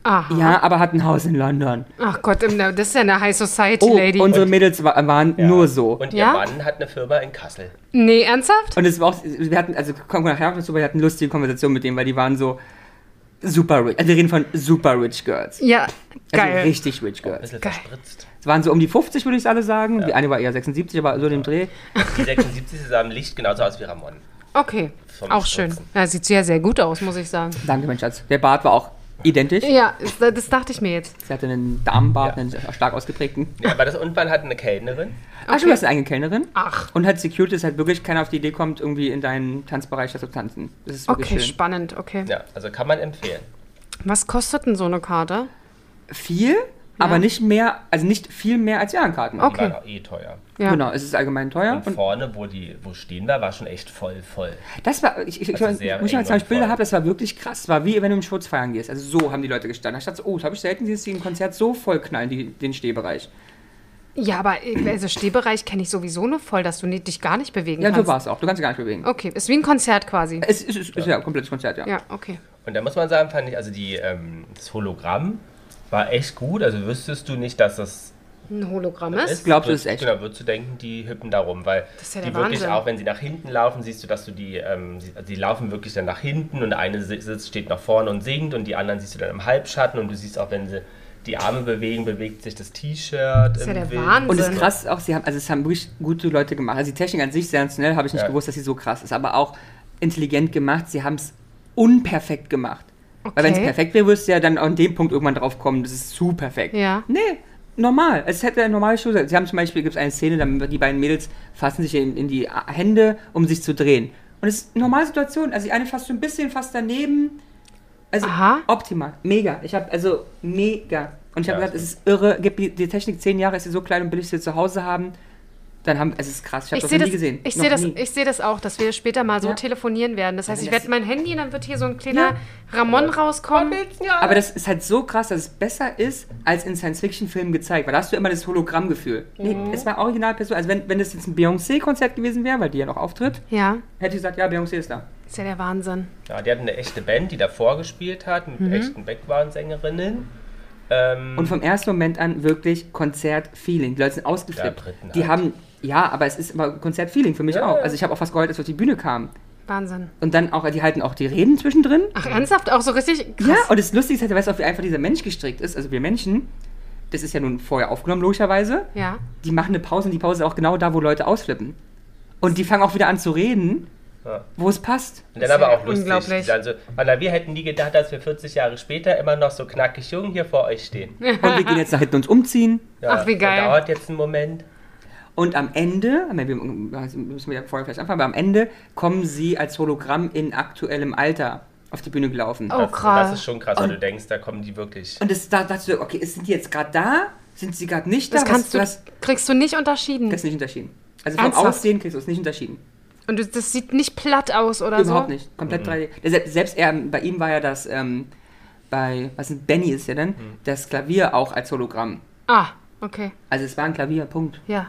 [SPEAKER 1] Aha.
[SPEAKER 3] Ja, aber hatten ein Haus in London.
[SPEAKER 1] Ah. Ach Gott, im- das ist ja eine High Society
[SPEAKER 3] Oh,
[SPEAKER 1] Lady.
[SPEAKER 3] unsere Mädels wa- waren
[SPEAKER 4] Ja.
[SPEAKER 3] nur so. Und,
[SPEAKER 4] Und ihr
[SPEAKER 1] Ja?
[SPEAKER 4] Mann hat eine Firma in Kassel.
[SPEAKER 1] nee, ernsthaft?
[SPEAKER 3] es war auch, wir hatten, also kommen wir nachher noch dazu, aber wir hatten lustige Konversationen mit denen, weil die waren so super rich. Also wir reden von super rich Girls.
[SPEAKER 1] Ja,
[SPEAKER 3] Also
[SPEAKER 1] geil.
[SPEAKER 3] richtig rich
[SPEAKER 4] Ein
[SPEAKER 3] Girls.
[SPEAKER 4] bisschen
[SPEAKER 1] Geil.
[SPEAKER 4] verspritzt.
[SPEAKER 3] Es waren so um die 50, würde ich alle sagen. Die eine war eher 76, aber so in dem Dreh.
[SPEAKER 4] Die 76 sah im Licht genauso aus wie Ramon.
[SPEAKER 1] okay,
[SPEAKER 4] Vom
[SPEAKER 1] auch schön.
[SPEAKER 4] Stürzen.
[SPEAKER 1] Ja, sieht ja sehr gut aus, muss ich sagen.
[SPEAKER 3] Danke, mein Schatz. Der Bart war auch identisch.
[SPEAKER 1] Ja, ist- das dachte ich mir jetzt.
[SPEAKER 3] Sie hatte einen Darmbart,
[SPEAKER 4] Ja.
[SPEAKER 3] einen stark ausgeprägten.
[SPEAKER 4] Ja, aber das Unfall hat eine Kellnerin.
[SPEAKER 3] Ach, du hast eine eigene Kellnerin.
[SPEAKER 1] Ach,
[SPEAKER 3] Und hat Security, dass halt wirklich keiner auf die Idee kommt, irgendwie in deinen Tanzbereich zu tanzen. Das ist wirklich
[SPEAKER 1] okay,
[SPEAKER 3] schön.
[SPEAKER 1] spannend, okay.
[SPEAKER 4] Ja, also kann man empfehlen.
[SPEAKER 1] Was kostet denn so eine Karte?
[SPEAKER 3] Viel, aber nicht mehr, also nicht viel mehr als Jahrenkarten.
[SPEAKER 1] Okay. Ah,
[SPEAKER 4] War doch eh teuer.
[SPEAKER 1] Ja.
[SPEAKER 3] Genau, es ist allgemein teuer.
[SPEAKER 4] Und
[SPEAKER 3] Und
[SPEAKER 4] vorne, wo die, wo stehen wir, war schon echt voll, voll.
[SPEAKER 3] das war, ich, ich, ich,
[SPEAKER 4] Also sehr
[SPEAKER 3] muss ich mal
[SPEAKER 4] eng
[SPEAKER 3] sagen,
[SPEAKER 4] und
[SPEAKER 3] ich Bilder
[SPEAKER 4] voll.
[SPEAKER 3] habe, das war wirklich krass. War wie wenn du im Schutz feiern gehst. Also so haben die Leute gestanden. Ich dachte so, oh, das habe ich selten gesehen, dass die ein Konzert so voll knallen, die, den Stehbereich.
[SPEAKER 1] Ja, aber äh, also Stehbereich kenne ich sowieso nur voll, dass du ni- dich gar nicht bewegen
[SPEAKER 3] Ja, so
[SPEAKER 1] kannst. Oh.
[SPEAKER 3] war es auch. Du kannst dich gar nicht bewegen.
[SPEAKER 1] Okay, ist wie ein Konzert quasi.
[SPEAKER 3] Es ist, es ist ja ein komplettes Konzert, ja.
[SPEAKER 1] Ja, okay.
[SPEAKER 4] Und da muss man sagen, fand ich, also die, ähm, das Hologramm war echt gut. Also wüsstest du nicht, dass das
[SPEAKER 1] Ein Hologramm
[SPEAKER 4] ist.
[SPEAKER 1] ist.
[SPEAKER 3] glaubst du,
[SPEAKER 4] würdest-
[SPEAKER 3] das ist echt?
[SPEAKER 4] Genau, würdest du denken, die hüppen da rum, weil
[SPEAKER 1] Das ist ja
[SPEAKER 4] die
[SPEAKER 1] der
[SPEAKER 4] wirklich
[SPEAKER 1] Wahnsinn.
[SPEAKER 4] auch, wenn sie nach hinten laufen, siehst du, dass du die, ähm, sie, also die laufen wirklich dann nach hinten und eine si- sitzt, steht nach vorne und singt und die anderen siehst du dann im Halbschatten und du siehst auch, wenn sie die Arme bewegen, bewegt sich das T-Shirt.
[SPEAKER 1] Das ist ja
[SPEAKER 4] im
[SPEAKER 1] der
[SPEAKER 4] Wind.
[SPEAKER 1] Wahnsinn.
[SPEAKER 3] Und das krass auch, sie haben, also es haben wirklich gute Leute gemacht. Also die Technik an sich sensationell, habe ich nicht
[SPEAKER 4] Ja.
[SPEAKER 3] gewusst, dass sie so krass ist, aber auch intelligent gemacht. Sie haben es unperfekt gemacht. Weil wenn es
[SPEAKER 1] Okay.
[SPEAKER 3] perfekt wäre, würdest du ja dann an dem Punkt irgendwann drauf kommen, das ist zu perfekt.
[SPEAKER 1] Ja.
[SPEAKER 3] Nee, normal. Es hätte eine normale Show sein. Sie haben zum Beispiel, gibt es eine Szene, dann die beiden Mädels fassen sich in, in die Hände, um sich zu drehen. Und es ist eine normale Situation. Also die eine fast so ein bisschen fast daneben. Also
[SPEAKER 1] Aha.
[SPEAKER 3] optimal. Mega. Ich habe also mega. Und ich habe
[SPEAKER 4] Ja,
[SPEAKER 3] gesagt, es ist irre. Gib die, die Technik zehn Jahre, ist sie so klein und billig, sie zu Hause haben. Dann haben, es ist krass. Ich habe
[SPEAKER 1] Ich
[SPEAKER 3] das
[SPEAKER 1] sehe
[SPEAKER 3] noch
[SPEAKER 1] das,
[SPEAKER 3] nie gesehen.
[SPEAKER 1] ich
[SPEAKER 3] Noch
[SPEAKER 1] sehe das,
[SPEAKER 3] nie.
[SPEAKER 1] ich sehe das auch, dass wir später mal so
[SPEAKER 3] Ja.
[SPEAKER 1] telefonieren werden. Das heißt,
[SPEAKER 3] wenn
[SPEAKER 1] ich
[SPEAKER 3] das-
[SPEAKER 1] werde mein Handy und dann wird hier so ein kleiner Ramon rauskommen.
[SPEAKER 3] Aber das ist halt so krass, dass es besser ist, als in Science-Fiction-Filmen gezeigt. Weil da hast du immer das Hologramm-Gefühl. Nee,
[SPEAKER 1] Mhm.
[SPEAKER 3] es war Originalperson. Also wenn, wenn das jetzt ein Beyoncé-Konzert gewesen wäre, weil die ja noch auftritt,
[SPEAKER 1] Ja,
[SPEAKER 3] hätte ich gesagt, ja, Beyoncé ist da.
[SPEAKER 1] ist ja der Wahnsinn.
[SPEAKER 4] Ja, die hatten eine echte Band, die davor gespielt hat, mit
[SPEAKER 1] Mhm.
[SPEAKER 4] echten Background-Sängerinnen. Ähm,
[SPEAKER 3] Und vom ersten Moment an wirklich Konzert-Feeling. Die Leute sind ausgeflippt.
[SPEAKER 4] Ja, Briten
[SPEAKER 3] die
[SPEAKER 4] halt.
[SPEAKER 3] haben, ja, aber es ist immer Konzert-Feeling für mich
[SPEAKER 4] Ja,
[SPEAKER 3] auch.
[SPEAKER 4] ja.
[SPEAKER 3] Also ich habe auch fast geheult, als wir auf die Bühne kamen.
[SPEAKER 1] Wahnsinn.
[SPEAKER 3] Und dann auch, die halten auch die Reden zwischendrin.
[SPEAKER 1] Ach, ernsthaft? Auch so richtig krass.
[SPEAKER 3] Ja, und das Lustige ist halt, weißt du, auch, wie einfach dieser Mensch gestrickt ist. Also wir Menschen, das ist ja nun vorher aufgenommen, logischerweise.
[SPEAKER 1] Ja.
[SPEAKER 3] Die machen eine Pause und die Pause ist auch genau da, wo Leute ausflippen. Und die fangen auch wieder an zu reden,
[SPEAKER 4] Ja.
[SPEAKER 3] wo es passt.
[SPEAKER 4] Und dann aber
[SPEAKER 1] ja
[SPEAKER 4] auch lustig.
[SPEAKER 1] unglaublich.
[SPEAKER 4] Also, Anna, wir hätten nie gedacht, dass wir 40 Jahre später immer noch so knackig jung hier vor euch stehen.
[SPEAKER 3] Und wir gehen jetzt nach hinten uns umziehen.
[SPEAKER 1] Ach, wie geil.
[SPEAKER 4] Das dauert jetzt einen Moment.
[SPEAKER 3] Und am Ende, ich meine, wir also müssen wir ja vorher vielleicht anfangen, aber am Ende kommen sie als Hologramm in aktuellem Alter auf die Bühne gelaufen.
[SPEAKER 1] Oh,
[SPEAKER 4] das,
[SPEAKER 1] krass. Oh.
[SPEAKER 4] Das ist schon krass, wenn du denkst, da kommen die wirklich.
[SPEAKER 3] Und das, da dachte ich, so, okay, sind die jetzt gerade da? Sind sie gerade nicht da?
[SPEAKER 1] Das kannst du,
[SPEAKER 3] was, was,
[SPEAKER 1] kriegst du nicht unterschieden.
[SPEAKER 3] das ist nicht unterschieden. Also vom
[SPEAKER 1] Ernsthaft?
[SPEAKER 3] Aussehen kriegst du es nicht unterschieden.
[SPEAKER 1] Und du, das sieht nicht platt aus oder so.
[SPEAKER 3] Überhaupt nicht. Komplett 3D. Der Selbst, selbst er, bei ihm war ja das, ähm, bei, was ist Benny ist ja dann, das Klavier auch als Hologramm.
[SPEAKER 1] Ah, okay.
[SPEAKER 3] Also es war ein Klavier, Punkt.
[SPEAKER 1] Ja.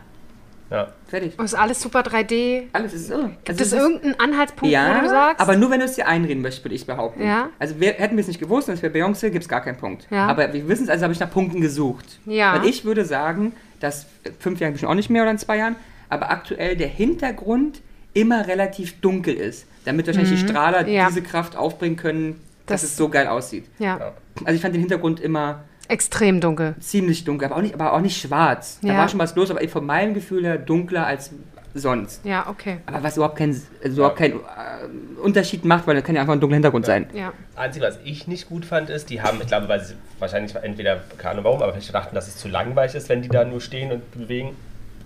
[SPEAKER 4] Ja.
[SPEAKER 3] Fertig.
[SPEAKER 1] Und ist alles super 3D.
[SPEAKER 3] Alles ist irre.
[SPEAKER 1] Gibt
[SPEAKER 3] Also
[SPEAKER 1] es
[SPEAKER 3] es ist-
[SPEAKER 1] irgendeinen Anhaltspunkt,
[SPEAKER 3] ja,
[SPEAKER 1] wo du sagst?
[SPEAKER 3] aber nur wenn du es dir einreden möchtest, würde ich behaupten.
[SPEAKER 1] Ja.
[SPEAKER 3] Also wir, hätten wir es nicht gewusst, und es wäre Beyoncé, gibt es gar keinen Punkt.
[SPEAKER 1] Ja.
[SPEAKER 3] Aber wir wissen es, also habe ich nach Punkten gesucht.
[SPEAKER 1] Ja.
[SPEAKER 3] Weil ich würde sagen, dass äh, fünf Jahre bestimmt auch nicht mehr oder in zwei Jahren, aber aktuell der Hintergrund immer relativ dunkel ist, damit wahrscheinlich die Strahler
[SPEAKER 1] Mhm. Ja.
[SPEAKER 3] diese Kraft aufbringen können, dass
[SPEAKER 1] Das-
[SPEAKER 3] es so geil aussieht.
[SPEAKER 1] ja.
[SPEAKER 3] Also ich fand den Hintergrund immer
[SPEAKER 1] Extrem dunkel.
[SPEAKER 3] ziemlich dunkel, aber auch nicht, aber auch nicht schwarz. Da
[SPEAKER 1] Ja.
[SPEAKER 3] war schon was los, aber eben von meinem Gefühl her dunkler als sonst.
[SPEAKER 1] Ja, okay.
[SPEAKER 3] Aber was überhaupt keinen also überhaupt keinen äh, Unterschied macht, weil das kann ja einfach ein dunkler Hintergrund sein.
[SPEAKER 1] Ja.
[SPEAKER 4] Einzige, was ich nicht gut fand, ist, die haben, ich glaube, weil sie wahrscheinlich entweder, keine Ahnung warum, aber vielleicht dachten, dass es zu langweilig ist, wenn die da nur stehen und bewegen,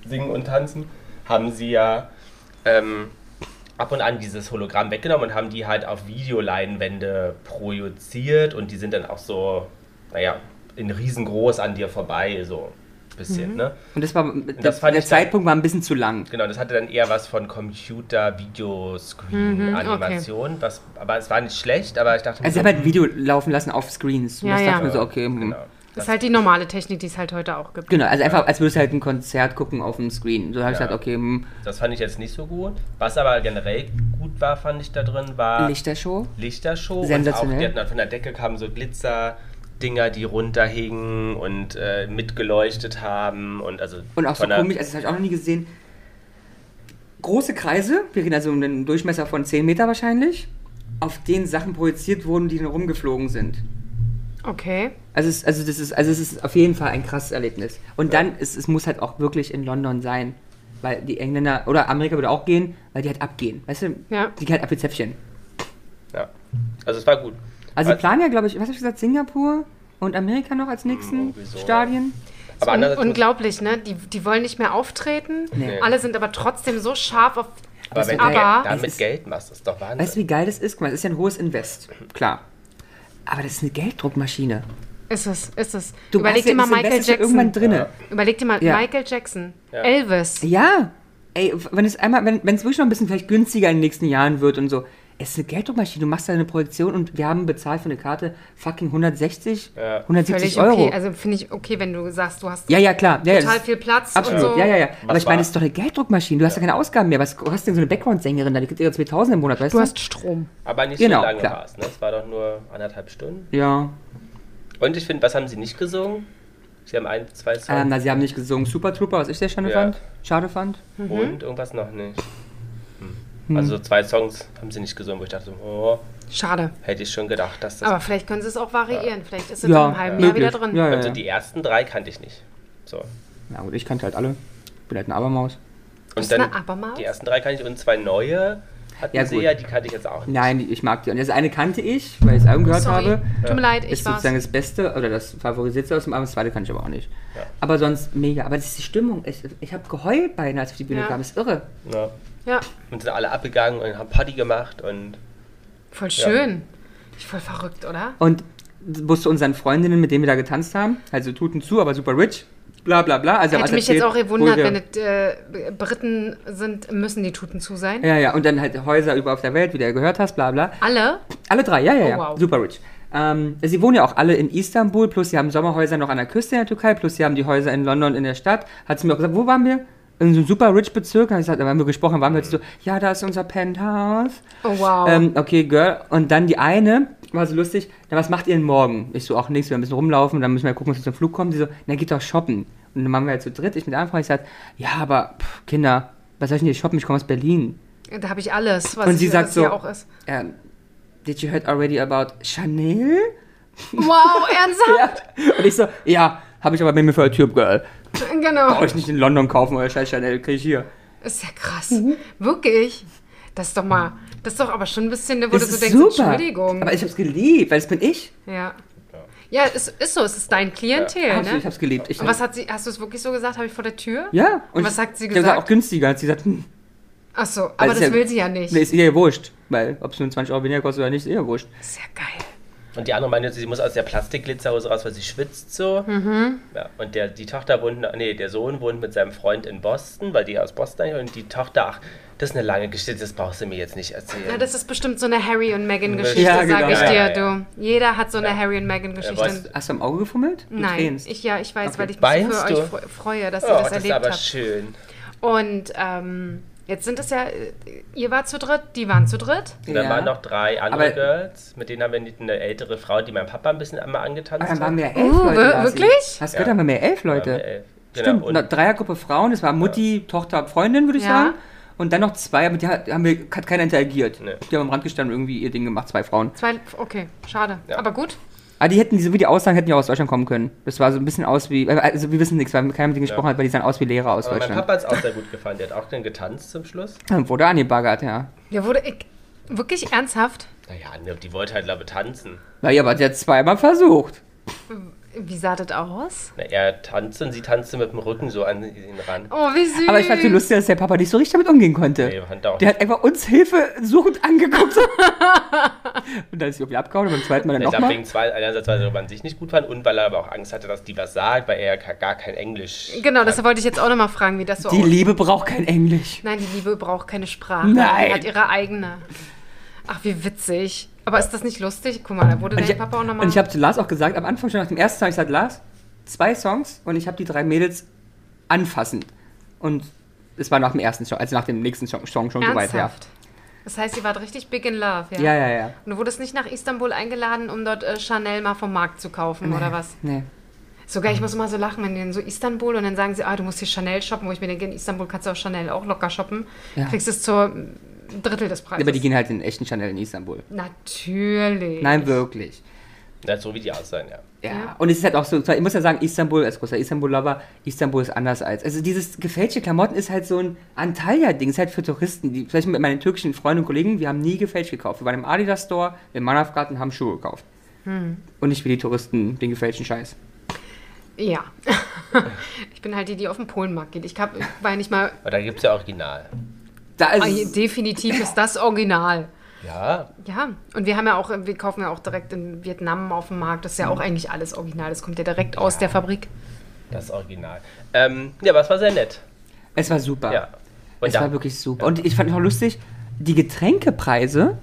[SPEAKER 4] singen und tanzen, haben sie ja ähm, ab und an dieses Hologramm weggenommen und haben die halt auf Videoleinwände projiziert und die sind dann auch so, naja, in riesengroß an dir vorbei, so ein bisschen,
[SPEAKER 1] Mhm.
[SPEAKER 4] ne?
[SPEAKER 3] Und das war
[SPEAKER 4] das
[SPEAKER 3] der,
[SPEAKER 4] fand
[SPEAKER 3] der
[SPEAKER 4] ich dann-
[SPEAKER 3] Zeitpunkt war ein bisschen zu lang.
[SPEAKER 4] Genau, das hatte dann eher was von Computer, Video, Screen,
[SPEAKER 1] Mhm,
[SPEAKER 4] Animation, was, aber es war nicht schlecht, aber ich dachte mir
[SPEAKER 3] Also
[SPEAKER 4] so,
[SPEAKER 3] ich habe halt ein Video laufen lassen auf Screens. Und
[SPEAKER 1] Ja,
[SPEAKER 3] das
[SPEAKER 1] ja.
[SPEAKER 3] dachte ich mir so, okay. hm. Genau.
[SPEAKER 4] genau.
[SPEAKER 1] Das ist halt die normale Technik, die es halt heute auch gibt.
[SPEAKER 3] also einfach, als würdest du halt ein Konzert gucken auf dem Screen. So habe ich
[SPEAKER 4] Ja.
[SPEAKER 3] gedacht, okay, hm,
[SPEAKER 4] Das fand ich jetzt nicht so gut. Was aber generell gut war, fand ich da drin, war
[SPEAKER 3] Lichtershow.
[SPEAKER 4] Lichtershow.
[SPEAKER 3] Sensationell.
[SPEAKER 4] Und auch, die hatten dann von der Decke kamen so Glitzerdinger, die runterhingen und äh, mitgeleuchtet haben. Und, also
[SPEAKER 3] Und auch so
[SPEAKER 4] von der-
[SPEAKER 3] komisch, also das habe ich auch noch nie gesehen. Große Kreise, wir reden also um einen Durchmesser von 10 Meter wahrscheinlich, auf denen Sachen projiziert wurden, die dann rumgeflogen sind.
[SPEAKER 1] Okay.
[SPEAKER 3] Also es, also, das ist, also es ist auf jeden Fall ein krasses Erlebnis. Und dann, ist, es muss halt auch wirklich in London sein. Weil die Engländer, oder Amerika würde auch gehen, weil die halt abgehen. Weißt du,
[SPEAKER 1] Ja.
[SPEAKER 3] die gehen halt ab wie Zäpfchen.
[SPEAKER 4] Ja. Also es war gut.
[SPEAKER 3] Also sie
[SPEAKER 4] Also-
[SPEAKER 3] planen ja, glaube ich, was habe ich gesagt, Singapur und Amerika noch als nächsten
[SPEAKER 4] irgendwie so,
[SPEAKER 3] Stadien.
[SPEAKER 4] Aber
[SPEAKER 1] Un
[SPEAKER 4] andererseits, muss-
[SPEAKER 1] unglaublich, ne? Die, die wollen nicht mehr auftreten.
[SPEAKER 3] Nee.
[SPEAKER 1] Alle sind aber trotzdem so scharf auf.
[SPEAKER 4] aber wenn
[SPEAKER 1] aber-
[SPEAKER 4] du Geld,
[SPEAKER 3] Es ist-
[SPEAKER 4] damit Geld machst, ist doch Wahnsinn.
[SPEAKER 3] Weißt du, wie geil das ist? Guck mal, das ist ja ein hohes Invest. Klar. Aber das ist eine Gelddruckmaschine.
[SPEAKER 1] Ist es, ist es.
[SPEAKER 3] Du
[SPEAKER 1] überleg
[SPEAKER 3] hast ja
[SPEAKER 1] dir mal
[SPEAKER 3] das
[SPEAKER 1] Michael
[SPEAKER 3] Invest schon
[SPEAKER 1] Jackson.
[SPEAKER 3] irgendwann drinne.
[SPEAKER 1] Überleg dir mal
[SPEAKER 3] Ja.
[SPEAKER 1] Michael Jackson, Elvis.
[SPEAKER 3] Ja. Ey, wenn es einmal, wenn wenn es wirklich noch ein bisschen vielleicht günstiger in den nächsten Jahren wird und so. Es ist eine Gelddruckmaschine. Du machst da eine Projektion und wir haben bezahlt für eine Karte fucking 160, 170
[SPEAKER 1] Völlig
[SPEAKER 3] Euro.
[SPEAKER 1] okay. Also finde ich okay, wenn du sagst, du hast
[SPEAKER 3] ja, ja, klar. Ja, ja,
[SPEAKER 1] total
[SPEAKER 3] das-
[SPEAKER 1] viel Platz
[SPEAKER 3] Absolut,
[SPEAKER 1] und so.
[SPEAKER 3] ja, ja, ja. Aber ich
[SPEAKER 4] war?
[SPEAKER 3] meine, das ist doch eine Gelddruckmaschine. Du hast ja keine Ausgaben mehr. Was hast du denn so eine Background-Sängerin da? Die kriegt ihre 2000 im Monat, weißt du?
[SPEAKER 1] Du hast Strom.
[SPEAKER 4] aber nicht
[SPEAKER 3] Genau,
[SPEAKER 4] so lange
[SPEAKER 3] klar.
[SPEAKER 4] war es, ne? Es war doch nur anderthalb Stunden.
[SPEAKER 3] ja.
[SPEAKER 4] Und ich finde, was haben sie nicht gesungen? Sie haben ein, zwei Songs
[SPEAKER 3] Ähm, na, sie haben nicht gesungen Super Trooper, was ich sehr schade
[SPEAKER 4] Ja.
[SPEAKER 3] fand. Schade fand.
[SPEAKER 1] Mhm.
[SPEAKER 4] und irgendwas noch nicht. Hm. Also so zwei Songs haben sie nicht gesungen, wo ich dachte, so, oh,
[SPEAKER 1] Schade.
[SPEAKER 4] hätte ich schon gedacht, dass das...
[SPEAKER 1] Aber vielleicht können sie es auch variieren. Vielleicht ist es
[SPEAKER 3] Ja,
[SPEAKER 1] in einem halben Jahr
[SPEAKER 3] möglich.
[SPEAKER 1] wieder drin.
[SPEAKER 3] Ja, ja,
[SPEAKER 4] also
[SPEAKER 3] ja.
[SPEAKER 4] die ersten drei kannte ich nicht. So.
[SPEAKER 3] Na gut, ich kannte halt alle. Bin halt ein Abermaus.
[SPEAKER 4] Und
[SPEAKER 1] du
[SPEAKER 4] dann
[SPEAKER 1] eine Abermaus?
[SPEAKER 4] die ersten drei kannte ich und zwei neue hatten
[SPEAKER 3] Ja,
[SPEAKER 4] sie
[SPEAKER 3] gut.
[SPEAKER 4] ja, die kannte ich jetzt auch nicht.
[SPEAKER 3] Nein, die- ich mag die. Und das eine kannte ich, weil ich das Album gehört
[SPEAKER 1] Sorry.
[SPEAKER 3] habe.
[SPEAKER 1] Tut mir leid,
[SPEAKER 3] Ist
[SPEAKER 1] ich war's.
[SPEAKER 3] sozusagen das Beste oder das Favorisierte aus dem Album. Das zweite kann ich aber auch nicht. Aber sonst mega. Aber das ist die Stimmung. Ich, ich habe geheult beinahe, als ich auf die Bühne
[SPEAKER 1] Ja.
[SPEAKER 3] kam. Das ist irre.
[SPEAKER 4] Ja.
[SPEAKER 1] Ja,
[SPEAKER 4] Ne? Und sind alle abgegangen und haben Party gemacht und
[SPEAKER 1] voll schön. Ich voll verrückt, oder?
[SPEAKER 3] Und musste unseren Freundinnen, mit denen wir da getanzt haben, also Tuten zu, aber super rich, bla bla bla. Also haben
[SPEAKER 1] Hätte
[SPEAKER 3] alle
[SPEAKER 1] mich jetzt auch
[SPEAKER 3] erzählt,
[SPEAKER 1] gewundert,
[SPEAKER 3] wo wir-
[SPEAKER 1] wenn es äh, Briten sind, müssen die Tuten zu sein.
[SPEAKER 3] Ja, ja, und dann halt Häuser überall auf der Welt, wie du ja gehört hast, bla bla.
[SPEAKER 1] Alle?
[SPEAKER 3] Alle drei, ja, ja, ja.
[SPEAKER 1] Oh, wow.
[SPEAKER 3] Super rich. Ähm, sie wohnen ja auch alle in Istanbul, plus sie haben Sommerhäuser noch an der Küste in der Türkei, plus sie haben die Häuser in London in der Stadt. Hat sie mir auch gesagt, wo waren wir? In so einem super rich Bezirk. Dann hab ich gesagt, da haben wir gesprochen, waren wir jetzt so, ja, da ist unser Penthouse.
[SPEAKER 1] Oh wow.
[SPEAKER 3] Ähm, okay, Girl. Und dann die eine war so lustig, na, was macht ihr denn morgen? Ich so, auch nichts, wir müssen rumlaufen, dann müssen wir gucken, dass wir zum Flug kommen. Sie so, na, geht doch shoppen. Und dann waren wir ja zu dritt, ich mit der anderen Frau, ich sagte, ja, aber pff, Kinder, was soll ich denn hier shoppen? Ich komme aus Berlin.
[SPEAKER 1] da habe ich alles, was
[SPEAKER 3] Und sie
[SPEAKER 1] ich-
[SPEAKER 3] sagt
[SPEAKER 1] was
[SPEAKER 3] so-
[SPEAKER 1] hier auch ist.
[SPEAKER 3] Ähm, did you heard already about Chanel?
[SPEAKER 1] Wow, ernsthaft?
[SPEAKER 3] Ja. Und ich so, ja, habe ich aber bei mir für YouTube, Girl.
[SPEAKER 1] Genau.
[SPEAKER 3] Brauche ich nicht in London kaufen, euer scheiß Chanel, kriege ich hier.
[SPEAKER 1] Ist ja krass.
[SPEAKER 3] Mhm.
[SPEAKER 1] Wirklich? Das ist doch mal, das ist doch aber schon ein bisschen, ne, wo
[SPEAKER 3] Das
[SPEAKER 1] du so
[SPEAKER 3] ist
[SPEAKER 1] denkst,
[SPEAKER 3] super.
[SPEAKER 1] Entschuldigung.
[SPEAKER 3] Aber ich hab's geliebt, weil das bin ich.
[SPEAKER 1] ja. Ja, es ist so, es ist dein Klientel,
[SPEAKER 3] Absolut,
[SPEAKER 1] ne?
[SPEAKER 3] ich hab's geliebt. Ich,
[SPEAKER 1] Und was hat sie, hast du es wirklich so gesagt? Habe ich vor der Tür?
[SPEAKER 3] ja.
[SPEAKER 1] Und was hat sie
[SPEAKER 3] ich- ich hab's
[SPEAKER 1] gesagt?
[SPEAKER 3] auch günstiger. Hat sie gesagt, hm,
[SPEAKER 1] Ach so, aber
[SPEAKER 3] es
[SPEAKER 1] das
[SPEAKER 3] ist ja-
[SPEAKER 1] will sie ja nicht.
[SPEAKER 3] Nee, ist ihr ja wurscht. Weil, ob es nun 20 Euro weniger kostet oder nicht, ist ihr ja wurscht.
[SPEAKER 1] Ist ja geil.
[SPEAKER 4] Und die andere meinte, sie muss aus der Plastikglitzerhose raus, weil sie schwitzt so.
[SPEAKER 3] Mhm.
[SPEAKER 4] Ja, und der, die Tochter wohnt, nee, der Sohn wohnt mit seinem Freund in Boston, weil die aus Boston und die Tochter, ach, das ist eine lange Geschichte, das brauchst du mir jetzt nicht erzählen.
[SPEAKER 1] Na, das ist bestimmt so eine Harry und Meghan Geschichte,
[SPEAKER 3] Ja,
[SPEAKER 1] sag
[SPEAKER 3] genau.
[SPEAKER 1] ich
[SPEAKER 3] Ja,
[SPEAKER 1] dir,
[SPEAKER 4] ja, ja.
[SPEAKER 1] du. Jeder hat so eine Harry und Meghan Geschichte.
[SPEAKER 4] Ja, weißt-
[SPEAKER 3] Hast du am Auge gefummelt? Du
[SPEAKER 1] Nein,
[SPEAKER 3] tränst.
[SPEAKER 1] ich ja, ich weiß,
[SPEAKER 3] Okay.
[SPEAKER 1] weil ich mich so
[SPEAKER 4] Weinst
[SPEAKER 1] für
[SPEAKER 4] du?
[SPEAKER 1] euch fre- freue, dass
[SPEAKER 4] oh,
[SPEAKER 1] ihr das,
[SPEAKER 4] das, ist
[SPEAKER 1] erlebt
[SPEAKER 4] aber
[SPEAKER 1] habt.
[SPEAKER 4] schön.
[SPEAKER 1] Und ähm, jetzt sind es ja, äh, ihr wart zu dritt, die waren zu dritt.
[SPEAKER 4] Und dann
[SPEAKER 3] Ja.
[SPEAKER 4] waren noch drei andere
[SPEAKER 3] Aber-
[SPEAKER 4] Girls, mit denen haben wir eine ältere Frau, die mein Papa ein bisschen einmal angetanzt
[SPEAKER 3] Aber Ah, dann
[SPEAKER 4] hat.
[SPEAKER 3] waren wir elf
[SPEAKER 1] Oh,
[SPEAKER 3] Leute.
[SPEAKER 1] wir-
[SPEAKER 3] Basi.
[SPEAKER 1] wirklich?
[SPEAKER 3] Hast du gehört, dann waren wir elf Leute.
[SPEAKER 4] Waren wir elf. Genau,
[SPEAKER 3] Stimmt,
[SPEAKER 4] und-
[SPEAKER 3] eine Dreiergruppe Frauen, es war Mutti, Tochter, Freundin, würde ich
[SPEAKER 1] Ja.
[SPEAKER 3] sagen. Und dann noch zwei, aber die hat- haben wir, hat keiner interagiert.
[SPEAKER 4] Nee.
[SPEAKER 3] Die haben am Rand gestanden und irgendwie ihr Ding gemacht, zwei Frauen.
[SPEAKER 1] Zwei, okay, schade.
[SPEAKER 4] Ja.
[SPEAKER 1] Aber gut.
[SPEAKER 3] Aber die hätten, so wie die aussahen, hätten ja auch aus Deutschland kommen können. Das war so ein bisschen aus wie, also wir wissen nichts, weil keiner mit denen gesprochen hat, weil die sahen aus wie Lehrer aus
[SPEAKER 4] aber mein
[SPEAKER 3] Deutschland.
[SPEAKER 4] Papa hat es auch sehr gut gefallen, der hat auch dann getanzt zum Schluss.
[SPEAKER 3] Dann wurde angebaggert, ja.
[SPEAKER 1] Ja, wurde ich, wirklich ernsthaft?
[SPEAKER 4] Naja, die wollte halt, glaube ich, tanzen.
[SPEAKER 3] Na ja, aber sie hat zweimal versucht.
[SPEAKER 1] Wie sah das aus?
[SPEAKER 4] Na, er tanzte und sie tanzte mit dem Rücken so an ihn ran.
[SPEAKER 1] Oh, wie süß.
[SPEAKER 3] Aber ich fand so lustig, dass der Papa nicht so richtig damit umgehen konnte.
[SPEAKER 4] Nee, Äh, fand er auch
[SPEAKER 3] der hat einfach uns Hilfe suchend angeguckt. und dann ist sie irgendwie abgehauen und beim zweiten Mal dann
[SPEAKER 4] Ich glaube,
[SPEAKER 3] nochmal.
[SPEAKER 4] wegen zwei, einerseits, weil er man sich nicht gut fand und weil er aber auch Angst hatte, dass die was sagt, weil er ja gar kein Englisch.
[SPEAKER 1] Genau, das wollte ich jetzt auch nochmal fragen, wie das so
[SPEAKER 3] Die
[SPEAKER 1] aussieht.
[SPEAKER 3] Liebe braucht kein Englisch.
[SPEAKER 1] Nein, die Liebe braucht keine Sprache.
[SPEAKER 3] Nein.
[SPEAKER 1] Die hat ihre eigene. Ach, wie witzig. Aber ist das nicht lustig? Guck mal, da wurde
[SPEAKER 3] Und
[SPEAKER 1] dein
[SPEAKER 3] ich,
[SPEAKER 1] Papa auch nochmal.
[SPEAKER 3] und ich habe zu Lars auch gesagt, am Anfang schon nach dem ersten Song, ich sagte, Lars, zwei Songs und ich habe die drei Mädels anfassend. Und es war nach dem ersten Song, also nach dem nächsten Song, Song schon soweit, ja.
[SPEAKER 1] Ernsthaft. Das heißt, ihr wart richtig big in love, ja?
[SPEAKER 3] Ja, ja, ja.
[SPEAKER 1] Und du wurdest nicht nach Istanbul eingeladen, um dort äh, Chanel mal vom Markt zu kaufen, oder was?
[SPEAKER 3] Nee.
[SPEAKER 1] Sogar, ich muss immer so lachen, wenn die in so Istanbul und dann sagen sie, ah, du musst hier Chanel shoppen, wo ich mir denke, in Istanbul kannst du auch Chanel auch locker shoppen.
[SPEAKER 3] Ja.
[SPEAKER 1] Kriegst es zur mm, Drittel des Preises.
[SPEAKER 3] Aber die gehen halt in den echten Chanel in Istanbul.
[SPEAKER 1] Natürlich.
[SPEAKER 3] Nein, wirklich.
[SPEAKER 4] Ja, so wie die aussehen, ja.
[SPEAKER 3] Ja.
[SPEAKER 1] Ja.
[SPEAKER 3] und es ist halt auch so, ich muss ja sagen, Istanbul als großer Istanbul-Lover, Istanbul ist anders als. Also dieses gefälschte Klamotten ist halt so ein Antalya-Ding, ist halt für Touristen. Die, vielleicht mit meinen türkischen Freunden und Kollegen, wir haben nie gefälscht gekauft. Wir waren im Adidas-Store, im Manavgarten, haben Schuhe gekauft.
[SPEAKER 1] Hm.
[SPEAKER 3] Und nicht wie die Touristen den gefälschten Scheiß.
[SPEAKER 1] Ja. ich bin halt die, die auf den Polenmarkt geht. Ich hab, war ja nicht mal.
[SPEAKER 4] Aber da gibt es ja Original.
[SPEAKER 3] Da also, ist
[SPEAKER 1] Ah,
[SPEAKER 3] es-
[SPEAKER 1] je- definitiv ist das Original.
[SPEAKER 4] Ja,
[SPEAKER 1] Ja, und wir haben ja auch, wir kaufen ja auch direkt in Vietnam auf dem Markt. Das ist ja
[SPEAKER 3] Mhm.
[SPEAKER 1] auch eigentlich alles Original. Das kommt ja direkt aus der Fabrik.
[SPEAKER 4] das Original. Ähm, ja, aber es war sehr nett.
[SPEAKER 3] es war super.
[SPEAKER 4] Ja. Und
[SPEAKER 3] es
[SPEAKER 4] da-
[SPEAKER 3] war wirklich super. Und ich fand es auch lustig, die Getränkepreise,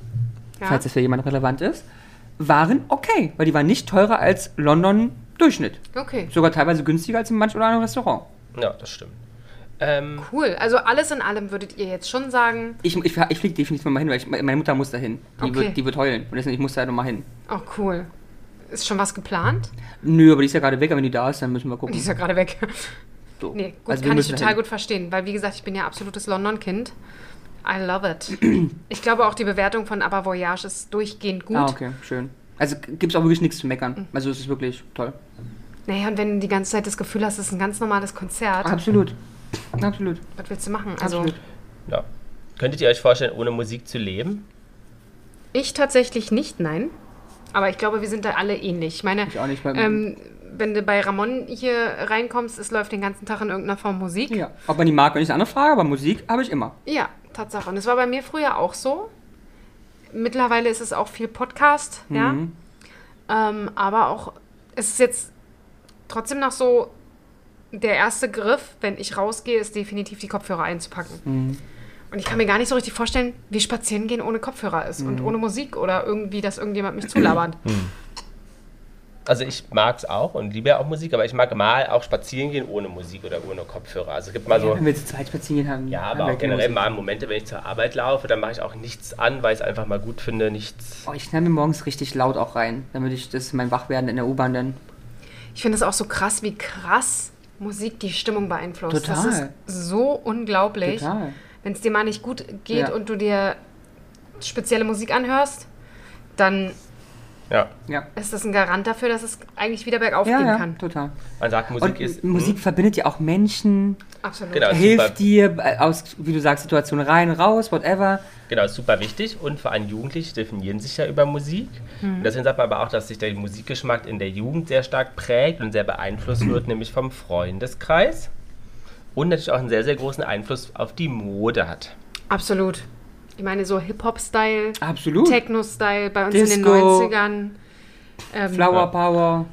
[SPEAKER 1] Ja.
[SPEAKER 3] falls das für jemanden relevant ist, waren okay, weil die waren nicht teurer als London-Durchschnitt.
[SPEAKER 1] Okay,
[SPEAKER 3] Sogar teilweise günstiger als in manch oder anderem Restaurant.
[SPEAKER 4] Ja, das stimmt. Ähm,
[SPEAKER 1] cool. Also alles in allem würdet ihr jetzt schon sagen,
[SPEAKER 3] Ich, ich, ich fliege definitiv nochmal hin, weil ich, meine Mutter muss da hin. Die,
[SPEAKER 1] Okay.
[SPEAKER 3] wird, die wird heulen. Und deswegen, ich muss da nochmal hin.
[SPEAKER 1] oh cool. Ist schon was geplant?
[SPEAKER 3] Nö, aber die ist ja gerade weg, aber wenn die da ist, dann müssen wir
[SPEAKER 1] Die
[SPEAKER 3] gucken.
[SPEAKER 1] ist ja gerade weg.
[SPEAKER 3] So.
[SPEAKER 1] Nee, gut,
[SPEAKER 3] Also wir
[SPEAKER 1] kann ich
[SPEAKER 3] müssen
[SPEAKER 1] total
[SPEAKER 3] dahin.
[SPEAKER 1] gut verstehen, weil wie gesagt, ich bin ja absolutes London-Kind. I love it. Ich glaube auch die Bewertung von Aber Voyage ist durchgehend gut. Mhm.
[SPEAKER 3] Ah, okay, schön. Also gibt es auch wirklich nichts zu meckern. Also es ist wirklich toll.
[SPEAKER 1] Naja, und wenn du die ganze Zeit das Gefühl hast, es ist ein ganz normales Konzert,
[SPEAKER 3] Absolut. Absolut.
[SPEAKER 1] was willst du machen? Also
[SPEAKER 3] Ah. Absolut.
[SPEAKER 4] ja. Könntet ihr euch vorstellen, ohne Musik zu leben?
[SPEAKER 1] ich tatsächlich nicht, nein. Aber ich glaube, wir sind da alle ähnlich. Ich meine,
[SPEAKER 3] Ich auch nicht. Weil,
[SPEAKER 1] ähm, wenn du bei Ramon hier reinkommst, es läuft den ganzen Tag in irgendeiner Form Musik.
[SPEAKER 3] ja. Ob man die mag, ist eine andere Frage, aber Musik habe ich immer.
[SPEAKER 1] Ja, Tatsache. Und es war bei mir früher auch so. Mittlerweile ist es auch viel Podcast,
[SPEAKER 3] Mhm.
[SPEAKER 1] ja. Ähm, aber auch, es ist jetzt trotzdem noch so, der erste Griff, wenn ich rausgehe, ist definitiv die Kopfhörer einzupacken.
[SPEAKER 3] Mhm.
[SPEAKER 1] Und ich kann mir gar nicht so richtig vorstellen, wie spazieren gehen ohne Kopfhörer ist
[SPEAKER 3] Mhm.
[SPEAKER 1] und ohne Musik oder irgendwie, dass irgendjemand mich zulabert.
[SPEAKER 4] Also ich mag es auch und liebe ja auch Musik, aber ich mag mal auch spazieren gehen ohne Musik oder ohne Kopfhörer. Also es gibt mal so...
[SPEAKER 3] Wenn wir zu zweit spazieren gehen haben.
[SPEAKER 4] Ja,
[SPEAKER 3] haben
[SPEAKER 4] aber
[SPEAKER 3] wir
[SPEAKER 4] auch
[SPEAKER 3] keine
[SPEAKER 4] generell
[SPEAKER 3] Musik.
[SPEAKER 4] mal Momente, wenn ich zur Arbeit laufe, dann mache ich auch nichts an, weil ich es einfach mal gut finde, nichts.
[SPEAKER 3] Oh, ich knall mir morgens richtig laut auch rein, damit ich das mein Wachwerden in der U-Bahn dann.
[SPEAKER 1] Ich finde es auch so krass, wie krass Musik die Stimmung beeinflusst. Das ist
[SPEAKER 3] Total.
[SPEAKER 1] so unglaublich.
[SPEAKER 3] Total.
[SPEAKER 1] Wenn es dir mal nicht gut geht
[SPEAKER 3] Ja.
[SPEAKER 1] und du dir spezielle Musik anhörst, dann
[SPEAKER 4] Ja.
[SPEAKER 3] Ja.
[SPEAKER 1] ist das ein Garant dafür, dass es eigentlich wieder bergauf
[SPEAKER 3] Ja,
[SPEAKER 1] gehen
[SPEAKER 3] ja,
[SPEAKER 1] kann.
[SPEAKER 3] total.
[SPEAKER 4] Man sagt, Musik
[SPEAKER 3] Und
[SPEAKER 4] ist. hm,
[SPEAKER 3] Musik verbindet ja auch Menschen.
[SPEAKER 1] Absolut.
[SPEAKER 4] Genau. Das ist super.
[SPEAKER 3] hilft dir äh, aus, wie du sagst, Situationen rein, raus, whatever.
[SPEAKER 4] Hm, genau, ist super wichtig. Und vor allem Jugendliche definieren sich ja über Musik.
[SPEAKER 1] Hm.
[SPEAKER 4] Und deswegen sagt man aber auch, dass sich der Musikgeschmack in der Jugend sehr stark prägt und sehr
[SPEAKER 3] Hm.
[SPEAKER 4] beeinflusst wird, nämlich vom Freundeskreis. Und natürlich auch einen sehr, sehr großen Einfluss auf die Mode hat.
[SPEAKER 1] Absolut. Ich meine, so Hip-Hop-Style,
[SPEAKER 3] Absolut.
[SPEAKER 1] Techno-Style bei uns in den
[SPEAKER 3] Ah, Disco.
[SPEAKER 1] 90ern. Ähm,
[SPEAKER 3] Flower
[SPEAKER 4] Ja.
[SPEAKER 3] Power.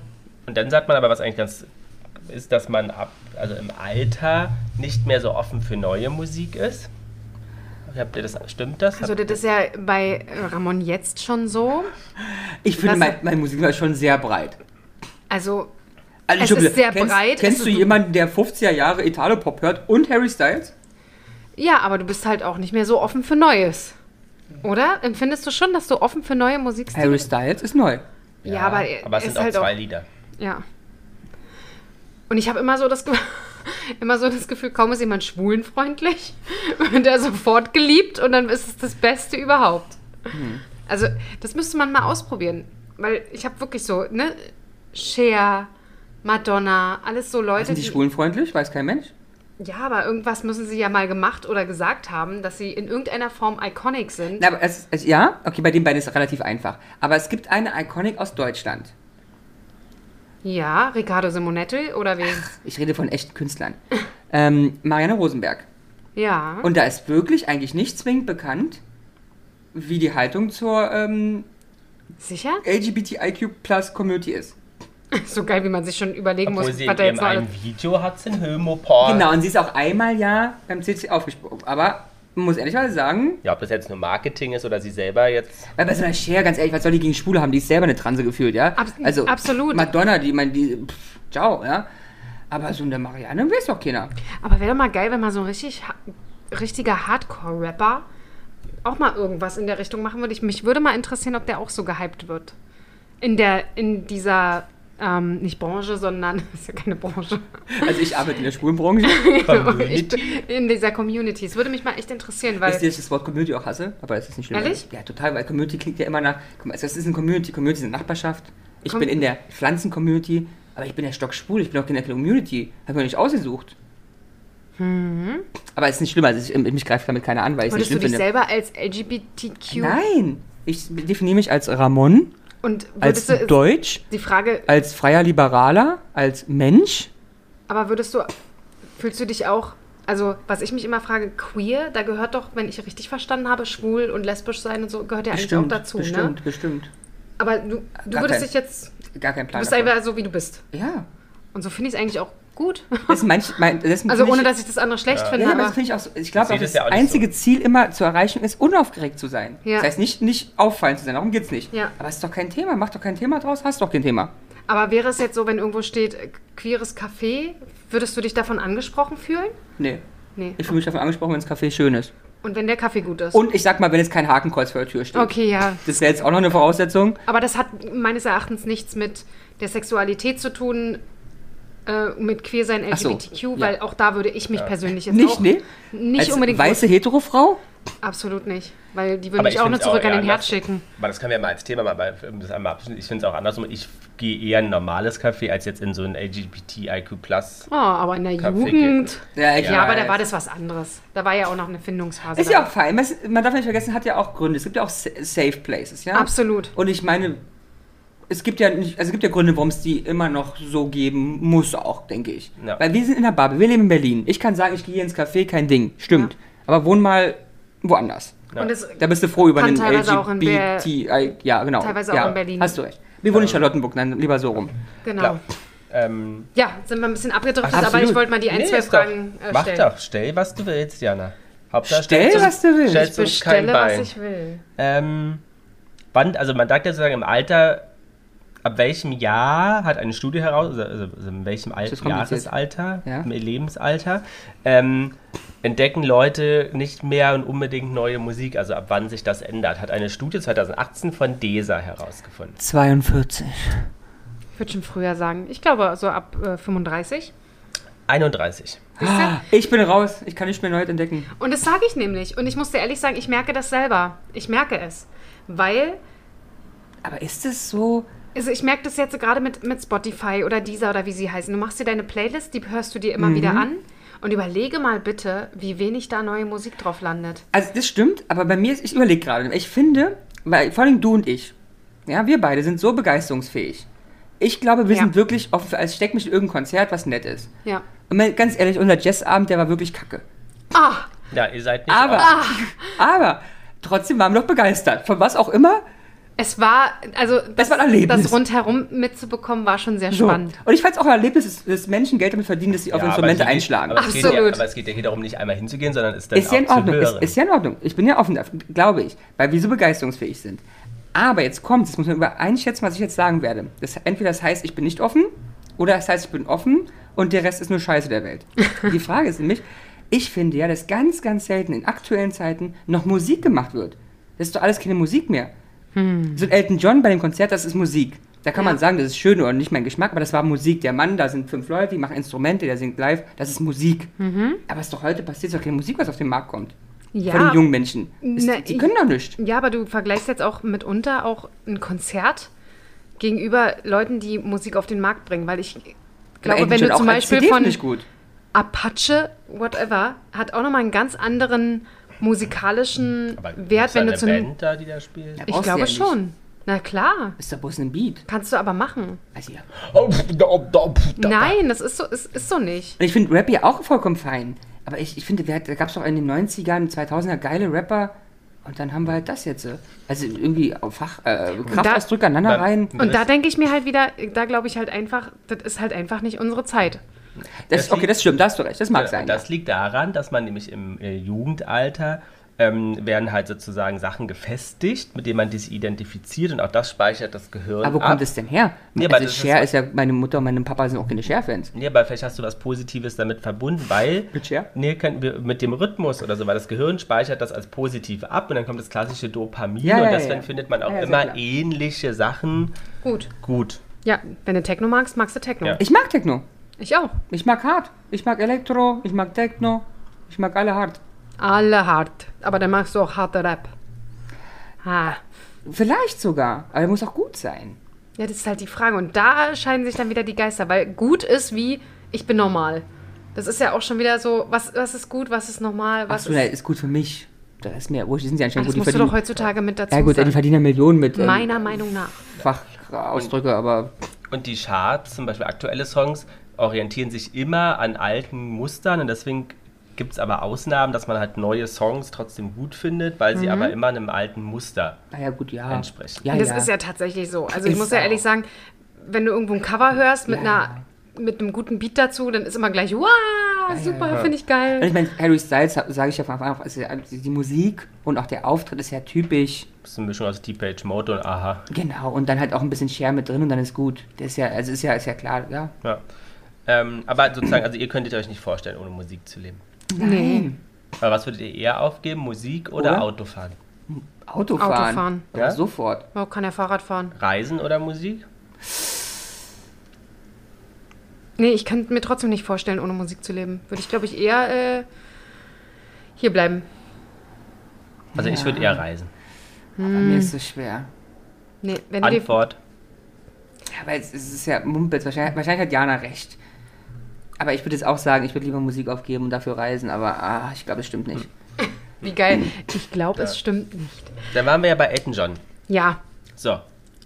[SPEAKER 4] Und dann sagt man aber, was eigentlich ganz ist, dass man ab, also im Alter nicht mehr so offen für neue Musik ist. Habt ihr das, stimmt das?
[SPEAKER 1] also das ist ja bei Ramon jetzt schon so.
[SPEAKER 3] Ich
[SPEAKER 1] Das-
[SPEAKER 3] finde, mein, mein Musikgeschmack ist schon sehr breit.
[SPEAKER 1] Also
[SPEAKER 3] Also
[SPEAKER 1] Es
[SPEAKER 3] schon
[SPEAKER 1] ist
[SPEAKER 3] wieder-
[SPEAKER 1] sehr
[SPEAKER 3] kennst,
[SPEAKER 1] breit, es
[SPEAKER 3] Kennst du
[SPEAKER 1] ist-
[SPEAKER 3] jemanden, der 50er Jahre Italo-Pop hört und Harry Styles?
[SPEAKER 1] Ja, aber du bist halt auch nicht mehr so offen für Neues. Oder? Empfindest du schon, dass du offen für neue Musikstile
[SPEAKER 3] Harry Styles ist neu.
[SPEAKER 1] Ja, aber,
[SPEAKER 4] aber es
[SPEAKER 1] ist
[SPEAKER 4] sind auch
[SPEAKER 1] halt
[SPEAKER 4] zwei
[SPEAKER 1] auch.
[SPEAKER 4] Lieder.
[SPEAKER 1] Ja. Und ich habe immer so das Ge- immer so das Gefühl, kaum ist jemand schwulenfreundlich, wird er sofort geliebt und dann ist es das Beste überhaupt.
[SPEAKER 3] Hm.
[SPEAKER 1] Also, das müsste man mal ausprobieren, weil ich habe wirklich so, ne, Cher, Madonna, alles so Leute,
[SPEAKER 3] Sind die schwulenfreundlich? Weiß kein Mensch.
[SPEAKER 1] Ja, aber irgendwas müssen sie ja mal gemacht oder gesagt haben, dass sie in irgendeiner Form iconic sind.
[SPEAKER 3] Na, aber es, es, ja, okay, bei den beiden ist es relativ einfach. Aber es gibt eine Iconic aus Deutschland.
[SPEAKER 1] Ja, Riccardo Simonetti oder wen?
[SPEAKER 3] Ich rede von echten Künstlern. ähm, Marianne Rosenberg.
[SPEAKER 1] Ja.
[SPEAKER 3] Und da ist wirklich eigentlich nicht zwingend bekannt, wie die Haltung zur ähm,
[SPEAKER 1] Sicher?
[SPEAKER 3] LGBTIQ-Plus-Community ist.
[SPEAKER 1] So geil, wie man sich schon überlegen
[SPEAKER 4] Obwohl
[SPEAKER 1] muss,
[SPEAKER 4] sie
[SPEAKER 1] was
[SPEAKER 4] in
[SPEAKER 1] da
[SPEAKER 4] ihrem
[SPEAKER 1] jetzt noch
[SPEAKER 4] einen
[SPEAKER 1] alles-
[SPEAKER 4] Video hat, sind Homoporn.
[SPEAKER 3] Genau, und sie ist auch einmal ja beim CC aufgesprungen. Aber man muss ehrlicherweise sagen,
[SPEAKER 4] Ja, ob das jetzt nur Marketing ist oder sie selber jetzt.
[SPEAKER 3] weil bei so einer Cher, ganz ehrlich, was soll die gegen Schwule haben? Die ist selber eine Transe gefühlt, ja? Also,
[SPEAKER 1] Abs- absolut.
[SPEAKER 3] Madonna, die, man, die, pff, ciao, ja? Aber so eine Marianne weiß doch keiner.
[SPEAKER 1] Aber wäre doch mal geil, wenn mal so ein richtig, ha- richtiger Hardcore-Rapper auch mal irgendwas in der Richtung machen würde. Ich, mich würde mal interessieren, ob der auch so gehypt wird. In der, in dieser, ähm, nicht Branche, sondern, ist ja keine Branche,
[SPEAKER 3] Also ich arbeite in der Schwulenbranche, Also
[SPEAKER 4] Community.
[SPEAKER 1] in dieser Community. Es würde mich mal echt interessieren, weil...
[SPEAKER 3] wisst ihr, dass ich das Wort Community auch hasse, aber es ist nicht schlimm.
[SPEAKER 1] Ehrlich?
[SPEAKER 3] Ja, total, weil Community klingt ja immer nach, guck mal, das ist eine Community, Community ist eine Nachbarschaft, Ich
[SPEAKER 1] Komm.
[SPEAKER 3] bin in der Pflanzen-Community, aber ich bin ja stockschwul, ich bin auch in der Community. Hab mir nicht ausgesucht. Aber ist nicht schlimm, also ich, mich greift damit keiner an, weil ich es nicht
[SPEAKER 1] Hm. Würdest du
[SPEAKER 3] schlimm
[SPEAKER 1] dich
[SPEAKER 3] finde.
[SPEAKER 1] selber als LGBTQ
[SPEAKER 3] Nein, ich definiere mich als Ramon,
[SPEAKER 1] und
[SPEAKER 3] als
[SPEAKER 1] würdest du
[SPEAKER 3] Deutsch,
[SPEAKER 1] die Frage,
[SPEAKER 3] als freier Liberaler, als Mensch.
[SPEAKER 1] aber würdest du fühlst du dich auch also, was ich mich immer frage, queer, da gehört doch, wenn ich richtig verstanden habe, schwul und lesbisch sein und so, gehört ja eigentlich auch dazu,
[SPEAKER 3] bestimmt,
[SPEAKER 1] ne?
[SPEAKER 3] bestimmt.
[SPEAKER 1] Aber du, du
[SPEAKER 3] Gar
[SPEAKER 1] würdest
[SPEAKER 3] kein-
[SPEAKER 1] dich jetzt,
[SPEAKER 3] Gar kein
[SPEAKER 1] du
[SPEAKER 3] Plan.
[SPEAKER 1] bist
[SPEAKER 3] davon.
[SPEAKER 1] einfach so, wie du bist.
[SPEAKER 3] ja,
[SPEAKER 1] Und so finde ich es eigentlich auch gut.
[SPEAKER 3] das ist manch, mein, das ist
[SPEAKER 1] Also
[SPEAKER 3] find
[SPEAKER 1] ohne,
[SPEAKER 3] ich-
[SPEAKER 1] dass ich das andere schlecht finde,
[SPEAKER 3] Ja, aber das
[SPEAKER 1] aber
[SPEAKER 3] finde ich auch so. Ich glaube,
[SPEAKER 4] sehe
[SPEAKER 3] auch
[SPEAKER 4] das
[SPEAKER 3] das
[SPEAKER 4] ja auch nicht
[SPEAKER 3] einzige Ziel immer zu erreichen ist, unaufgeregt zu sein.
[SPEAKER 1] Ja.
[SPEAKER 3] Das heißt, nicht, nicht auffallend zu sein. Darum geht's nicht.
[SPEAKER 1] Ja.
[SPEAKER 3] Aber es ist doch kein Thema. Mach doch kein Thema draus. Hast doch kein Thema.
[SPEAKER 1] aber wäre es jetzt so, wenn irgendwo steht, äh, queeres Café, würdest du dich davon angesprochen fühlen?
[SPEAKER 3] Nee.
[SPEAKER 1] Nee.
[SPEAKER 3] Ich fühle mich davon angesprochen, wenn das Café schön ist.
[SPEAKER 1] Und wenn der Kaffee gut ist?
[SPEAKER 3] Und ich sag mal, wenn jetzt kein Hakenkreuz vor der Tür steht.
[SPEAKER 1] okay, ja.
[SPEAKER 3] Das wäre jetzt auch noch eine Voraussetzung.
[SPEAKER 1] Aber das hat meines Erachtens nichts mit der Sexualität zu tun, äh, mit queer sein,
[SPEAKER 3] Ach so,
[SPEAKER 1] LGBTQ,
[SPEAKER 3] ja.
[SPEAKER 1] weil auch da würde ich mich persönlich jetzt
[SPEAKER 3] Nicht,
[SPEAKER 1] auch
[SPEAKER 3] nee. Also
[SPEAKER 1] nicht
[SPEAKER 3] Als
[SPEAKER 1] unbedingt
[SPEAKER 3] weiße Hetero-Frau?
[SPEAKER 1] absolut nicht, weil die würden mich
[SPEAKER 4] ich
[SPEAKER 1] auch
[SPEAKER 4] find's
[SPEAKER 1] nur zurück
[SPEAKER 4] eher
[SPEAKER 1] an den Herd
[SPEAKER 4] anders.
[SPEAKER 1] schicken.
[SPEAKER 4] Aber das können wir mal als Thema mal, bei- um das einmal abschließen. Ich finde es auch andersrum. Ich gehe eher in ein normales Café als jetzt in so ein LGBTIQ Plus.
[SPEAKER 1] Oh, aber in der
[SPEAKER 4] Kaffee
[SPEAKER 1] Jugend.
[SPEAKER 3] Ja, ich
[SPEAKER 1] Ja, aber da
[SPEAKER 3] weiß.
[SPEAKER 1] war das was anderes. Da war ja auch noch eine Findungsphase.
[SPEAKER 3] Ist ja auch
[SPEAKER 1] da.
[SPEAKER 3] fein. Man ist- Man darf ja nicht vergessen, hat ja auch Gründe. Es gibt ja auch sa- Safe Places, ja?
[SPEAKER 1] Absolut.
[SPEAKER 3] Und ich meine, es gibt ja nicht, also es gibt ja Gründe, warum es die immer noch so geben muss, auch, denke ich.
[SPEAKER 4] Ja.
[SPEAKER 3] Weil wir sind in der Bubble, wir leben in Berlin. Ich kann sagen, ich gehe hier ins Café, kein Ding. Stimmt.
[SPEAKER 1] Ja.
[SPEAKER 3] Aber wohn mal woanders.
[SPEAKER 4] ne?
[SPEAKER 1] Und das,
[SPEAKER 3] Da bist du froh über
[SPEAKER 1] Kann
[SPEAKER 3] einen
[SPEAKER 1] teilweise auch in Ber-
[SPEAKER 3] LGBTI. Ja, genau.
[SPEAKER 1] teilweise auch
[SPEAKER 3] ja,
[SPEAKER 1] in Berlin.
[SPEAKER 3] Hast du recht. Wir wohnen in Charlottenburg, dann lieber so rum.
[SPEAKER 1] genau.
[SPEAKER 4] Klar. Ähm,
[SPEAKER 1] Ja, sind wir ein bisschen abgedriftet, aber
[SPEAKER 3] Absolut.
[SPEAKER 1] ich wollte mal die ein,
[SPEAKER 4] nee,
[SPEAKER 1] zwei
[SPEAKER 4] ist doch-
[SPEAKER 1] Fragen äh,
[SPEAKER 4] Mach
[SPEAKER 1] stellen.
[SPEAKER 4] doch, stell, was du willst, Jana. Hauptsache,
[SPEAKER 3] Stell,
[SPEAKER 4] stellst uns-
[SPEAKER 3] was du willst.
[SPEAKER 4] Stellst uns kein
[SPEAKER 1] Bestelle, was
[SPEAKER 4] Bein.
[SPEAKER 1] ich will.
[SPEAKER 4] Ähm, wann, also man sagt ja sozusagen im Alter, ab welchem Jahr hat eine Studie heraus, also, also in welchem Al
[SPEAKER 3] Das ist kompliziert.
[SPEAKER 4] Jahresalter,
[SPEAKER 3] Ja.
[SPEAKER 4] im Lebensalter, ähm, entdecken Leute nicht mehr und unbedingt neue Musik, also ab wann sich das ändert, hat eine Studie 2018 von DESA herausgefunden.
[SPEAKER 3] 42.
[SPEAKER 1] Ich würde schon früher sagen. Ich glaube, so ab äh, 35.
[SPEAKER 4] 31.
[SPEAKER 3] Ah, Ich bin raus. Ich kann nicht mehr neu entdecken.
[SPEAKER 1] Und das sage ich nämlich. Und ich muss dir ehrlich sagen, ich merke das selber. Ich merke es. Weil,
[SPEAKER 3] Aber ist es so?
[SPEAKER 1] also ich merke das jetzt gerade mit, mit Spotify oder dieser oder wie sie heißen. Du machst dir deine Playlist, die hörst du dir immer
[SPEAKER 3] Mhm.
[SPEAKER 1] wieder an. Und überlege mal bitte, wie wenig da neue Musik drauf landet.
[SPEAKER 3] Also das stimmt, aber bei mir ist, ich überlege gerade, ich finde, weil vor allem du und ich, ja, wir beide sind so begeisterungsfähig. Ich glaube, wir
[SPEAKER 1] Ja.
[SPEAKER 3] sind wirklich offen für, also ich steck mich in irgendein Konzert, was nett ist.
[SPEAKER 1] Ja.
[SPEAKER 3] Und mal ganz ehrlich, unser Jazzabend, der war wirklich kacke.
[SPEAKER 1] Ah,
[SPEAKER 4] Ja, ihr seid nicht
[SPEAKER 3] Aber,
[SPEAKER 4] auf-
[SPEAKER 3] aber, trotzdem waren wir doch begeistert. Von was auch immer.
[SPEAKER 1] es war, also das,
[SPEAKER 3] war ein Erlebnis.
[SPEAKER 1] das rundherum mitzubekommen war schon sehr
[SPEAKER 3] So.
[SPEAKER 1] spannend.
[SPEAKER 3] Und ich fand es auch ein Erlebnis, dass, dass Menschen Geld damit verdienen, dass sie auf
[SPEAKER 4] Ja, aber
[SPEAKER 3] Instrumente
[SPEAKER 4] es geht-
[SPEAKER 3] einschlagen.
[SPEAKER 4] Aber es, geht ja,
[SPEAKER 1] Absolut.
[SPEAKER 4] aber es geht ja hier darum, nicht einmal hinzugehen, sondern es dann
[SPEAKER 3] Ist ja in
[SPEAKER 4] auch
[SPEAKER 3] Ordnung,
[SPEAKER 4] zu
[SPEAKER 3] ist,
[SPEAKER 4] hören.
[SPEAKER 3] ist ja in Ordnung. Ich bin ja offen dafür, glaube ich, weil wir so begeisterungsfähig sind. Aber jetzt kommt, jetzt muss man übereinschätzen, was ich jetzt sagen werde. Das, entweder das heißt, ich bin nicht offen, oder das heißt, ich bin offen und der Rest ist nur Scheiße der Welt. Die Frage ist nämlich, ich finde ja, dass ganz, ganz selten in aktuellen Zeiten noch Musik gemacht wird. Das ist doch alles keine Musik mehr. So ein Elton John bei dem Konzert, das ist Musik. Da kann
[SPEAKER 1] Ja.
[SPEAKER 3] man sagen, das ist schön oder nicht mein Geschmack, aber das war Musik. Der Mann, da sind fünf Leute, die machen Instrumente, der singt live, das ist Musik. Aber es ist doch heute passiert, es ist doch keine Musik, was auf den Markt kommt.
[SPEAKER 1] Mhm. Ja.
[SPEAKER 3] Von den jungen Menschen. Ist,
[SPEAKER 1] Na,
[SPEAKER 3] die können doch nicht.
[SPEAKER 1] Ne, Ja, aber du vergleichst jetzt auch mitunter auch ein Konzert gegenüber Leuten, die Musik auf den Markt bringen, weil ich glaube,
[SPEAKER 3] Elton
[SPEAKER 1] wenn
[SPEAKER 3] John
[SPEAKER 1] du zum
[SPEAKER 3] als
[SPEAKER 1] Beispiel
[SPEAKER 3] CD
[SPEAKER 1] von
[SPEAKER 3] nicht gut.
[SPEAKER 1] Apache, whatever, hat auch nochmal einen ganz anderen musikalischen
[SPEAKER 4] Aber
[SPEAKER 1] Wert,
[SPEAKER 4] gibt's da
[SPEAKER 1] wenn du
[SPEAKER 4] eine
[SPEAKER 1] zu einem.
[SPEAKER 4] Band da, die da spielt?
[SPEAKER 3] Ja,
[SPEAKER 1] Ich
[SPEAKER 3] brauchst du
[SPEAKER 1] glaube
[SPEAKER 3] ja nicht.
[SPEAKER 1] schon. Na klar,
[SPEAKER 3] Ist doch bloß ein Beat.
[SPEAKER 1] kannst du aber machen.
[SPEAKER 3] Also, ja.
[SPEAKER 4] Oh, pf, da, da, pf, da.
[SPEAKER 1] Nein, das ist so, es ist so nicht.
[SPEAKER 3] Und ich finde Rap ja auch vollkommen fein. Aber ich, ich finde, wer hat- da gab es doch in den 90ern, 2000er geile Rapper. Und dann haben wir halt das jetzt. äh. Also irgendwie auf Fach, äh, Kraftausdrücke aneinander
[SPEAKER 4] dann-
[SPEAKER 3] rein.
[SPEAKER 1] Und da denke ich mir halt wieder, da glaube ich halt einfach, das ist halt einfach nicht unsere Zeit.
[SPEAKER 3] Das, okay, das stimmt, da hast du recht. Das mag sein.
[SPEAKER 4] Äh, Das liegt daran, dass man nämlich im äh, Jugendalter ähm, werden halt sozusagen Sachen gefestigt, mit denen man sich identifiziert und auch das speichert das Gehirn.
[SPEAKER 3] Aber wo
[SPEAKER 4] ab.
[SPEAKER 3] kommt es denn her?
[SPEAKER 4] Ah. Nee, aber
[SPEAKER 3] also
[SPEAKER 4] das ist-
[SPEAKER 3] Cher ist, ja, meine Mutter und meine Papa sind auch keine Cher-Fans.
[SPEAKER 4] Nee, aber vielleicht hast du was Positives damit verbunden, weil
[SPEAKER 3] Mit Cher?
[SPEAKER 4] nee, kann, wir- mit dem Rhythmus oder so, weil das Gehirn speichert das als positiv ab und dann kommt das klassische Dopamin
[SPEAKER 3] Ja,
[SPEAKER 4] und
[SPEAKER 3] ja, ja,
[SPEAKER 4] deswegen
[SPEAKER 3] ja.
[SPEAKER 4] findet man auch
[SPEAKER 3] Ja, ja, sehr
[SPEAKER 4] immer
[SPEAKER 3] klar.
[SPEAKER 4] ähnliche Sachen
[SPEAKER 1] Gut.
[SPEAKER 4] gut.
[SPEAKER 1] Ja, wenn du Techno magst, magst du Techno.
[SPEAKER 4] Ja.
[SPEAKER 3] Ich mag Techno.
[SPEAKER 1] Ich auch.
[SPEAKER 3] Ich mag hart. Ich mag Elektro. Ich mag Techno. Ich mag alle hart.
[SPEAKER 1] Alle hart. Aber dann machst du auch harte Rap. Ah. Ha.
[SPEAKER 3] Vielleicht sogar. Aber er muss auch gut sein.
[SPEAKER 1] Ja, das ist halt die Frage. Und da scheiden sich dann wieder die Geister, weil gut ist wie, ich bin normal. Das ist ja auch schon wieder so, was, was ist gut, was ist normal, was
[SPEAKER 3] Achso,
[SPEAKER 1] ist.
[SPEAKER 3] ist gut für mich. Das ist mir wurscht, die sind ja
[SPEAKER 1] Ah,
[SPEAKER 3] anscheinend
[SPEAKER 1] das
[SPEAKER 3] gut. Die
[SPEAKER 1] musst du doch
[SPEAKER 3] verdienen,
[SPEAKER 1] heutzutage mit dazu
[SPEAKER 3] ja gut, die
[SPEAKER 1] sagen.
[SPEAKER 3] verdienen ja Millionen mit ähm,
[SPEAKER 1] Meiner Meinung nach.
[SPEAKER 3] Fachausdrücke, aber
[SPEAKER 4] Und die Charts, zum Beispiel aktuelle Songs, orientieren sich immer an alten Mustern und deswegen gibt es aber Ausnahmen, dass man halt neue Songs trotzdem gut findet, weil
[SPEAKER 1] Mhm.
[SPEAKER 4] sie aber immer einem alten Muster
[SPEAKER 3] naja gut, ja.
[SPEAKER 4] entsprechen.
[SPEAKER 3] Ja,
[SPEAKER 1] Und das
[SPEAKER 3] ja.
[SPEAKER 1] ist ja tatsächlich so. Also ich
[SPEAKER 3] Ist
[SPEAKER 1] muss ja
[SPEAKER 3] auch.
[SPEAKER 1] ehrlich sagen, wenn du irgendwo ein Cover hörst mit einer mit einem guten Beat dazu, dann ist immer gleich, wow, super, finde ich
[SPEAKER 3] Und
[SPEAKER 1] geil.
[SPEAKER 3] Also ich meine, Harry Styles, sage ich ja von Anfang an, also die Musik und auch der Auftritt ist ja typisch.
[SPEAKER 4] Das ist eine Mischung aus Deep Page Mode und Aha.
[SPEAKER 3] Genau, und dann halt auch ein bisschen Share mit drin und dann ist gut. Das ist ja, also ist ja, ist ja klar, ja.
[SPEAKER 4] Ja. Ähm, aber sozusagen, also ihr könntet euch nicht vorstellen, ohne Musik zu leben.
[SPEAKER 1] Nee.
[SPEAKER 4] Aber was würdet ihr eher aufgeben, Musik oder,
[SPEAKER 3] Oder?
[SPEAKER 4] Autofahren?
[SPEAKER 3] Autofahren.
[SPEAKER 1] Autofahren.
[SPEAKER 3] Aber
[SPEAKER 4] Ja?
[SPEAKER 3] Sofort.
[SPEAKER 1] Man kann ja Fahrrad fahren.
[SPEAKER 4] Reisen oder Musik?
[SPEAKER 1] Nee, ich kann mir trotzdem nicht vorstellen, ohne Musik zu leben. Würde ich, glaube ich, eher äh, hier bleiben.
[SPEAKER 4] Also ich würde eher reisen.
[SPEAKER 3] Aber mir ist es schwer.
[SPEAKER 1] Nee, wenn du dir
[SPEAKER 4] Antwort.
[SPEAKER 3] Ja, weil es es ist ja Mumpitz. Wahrscheinlich, wahrscheinlich hat Jana recht. Aber ich würde jetzt auch sagen, ich würde lieber Musik aufgeben und dafür reisen, aber ah, ich glaube, das stimmt
[SPEAKER 4] Hm.
[SPEAKER 3] nicht.
[SPEAKER 1] Wie geil. Ich glaube, es stimmt nicht.
[SPEAKER 4] Dann waren wir ja bei Elton John.
[SPEAKER 1] Ja,
[SPEAKER 4] So,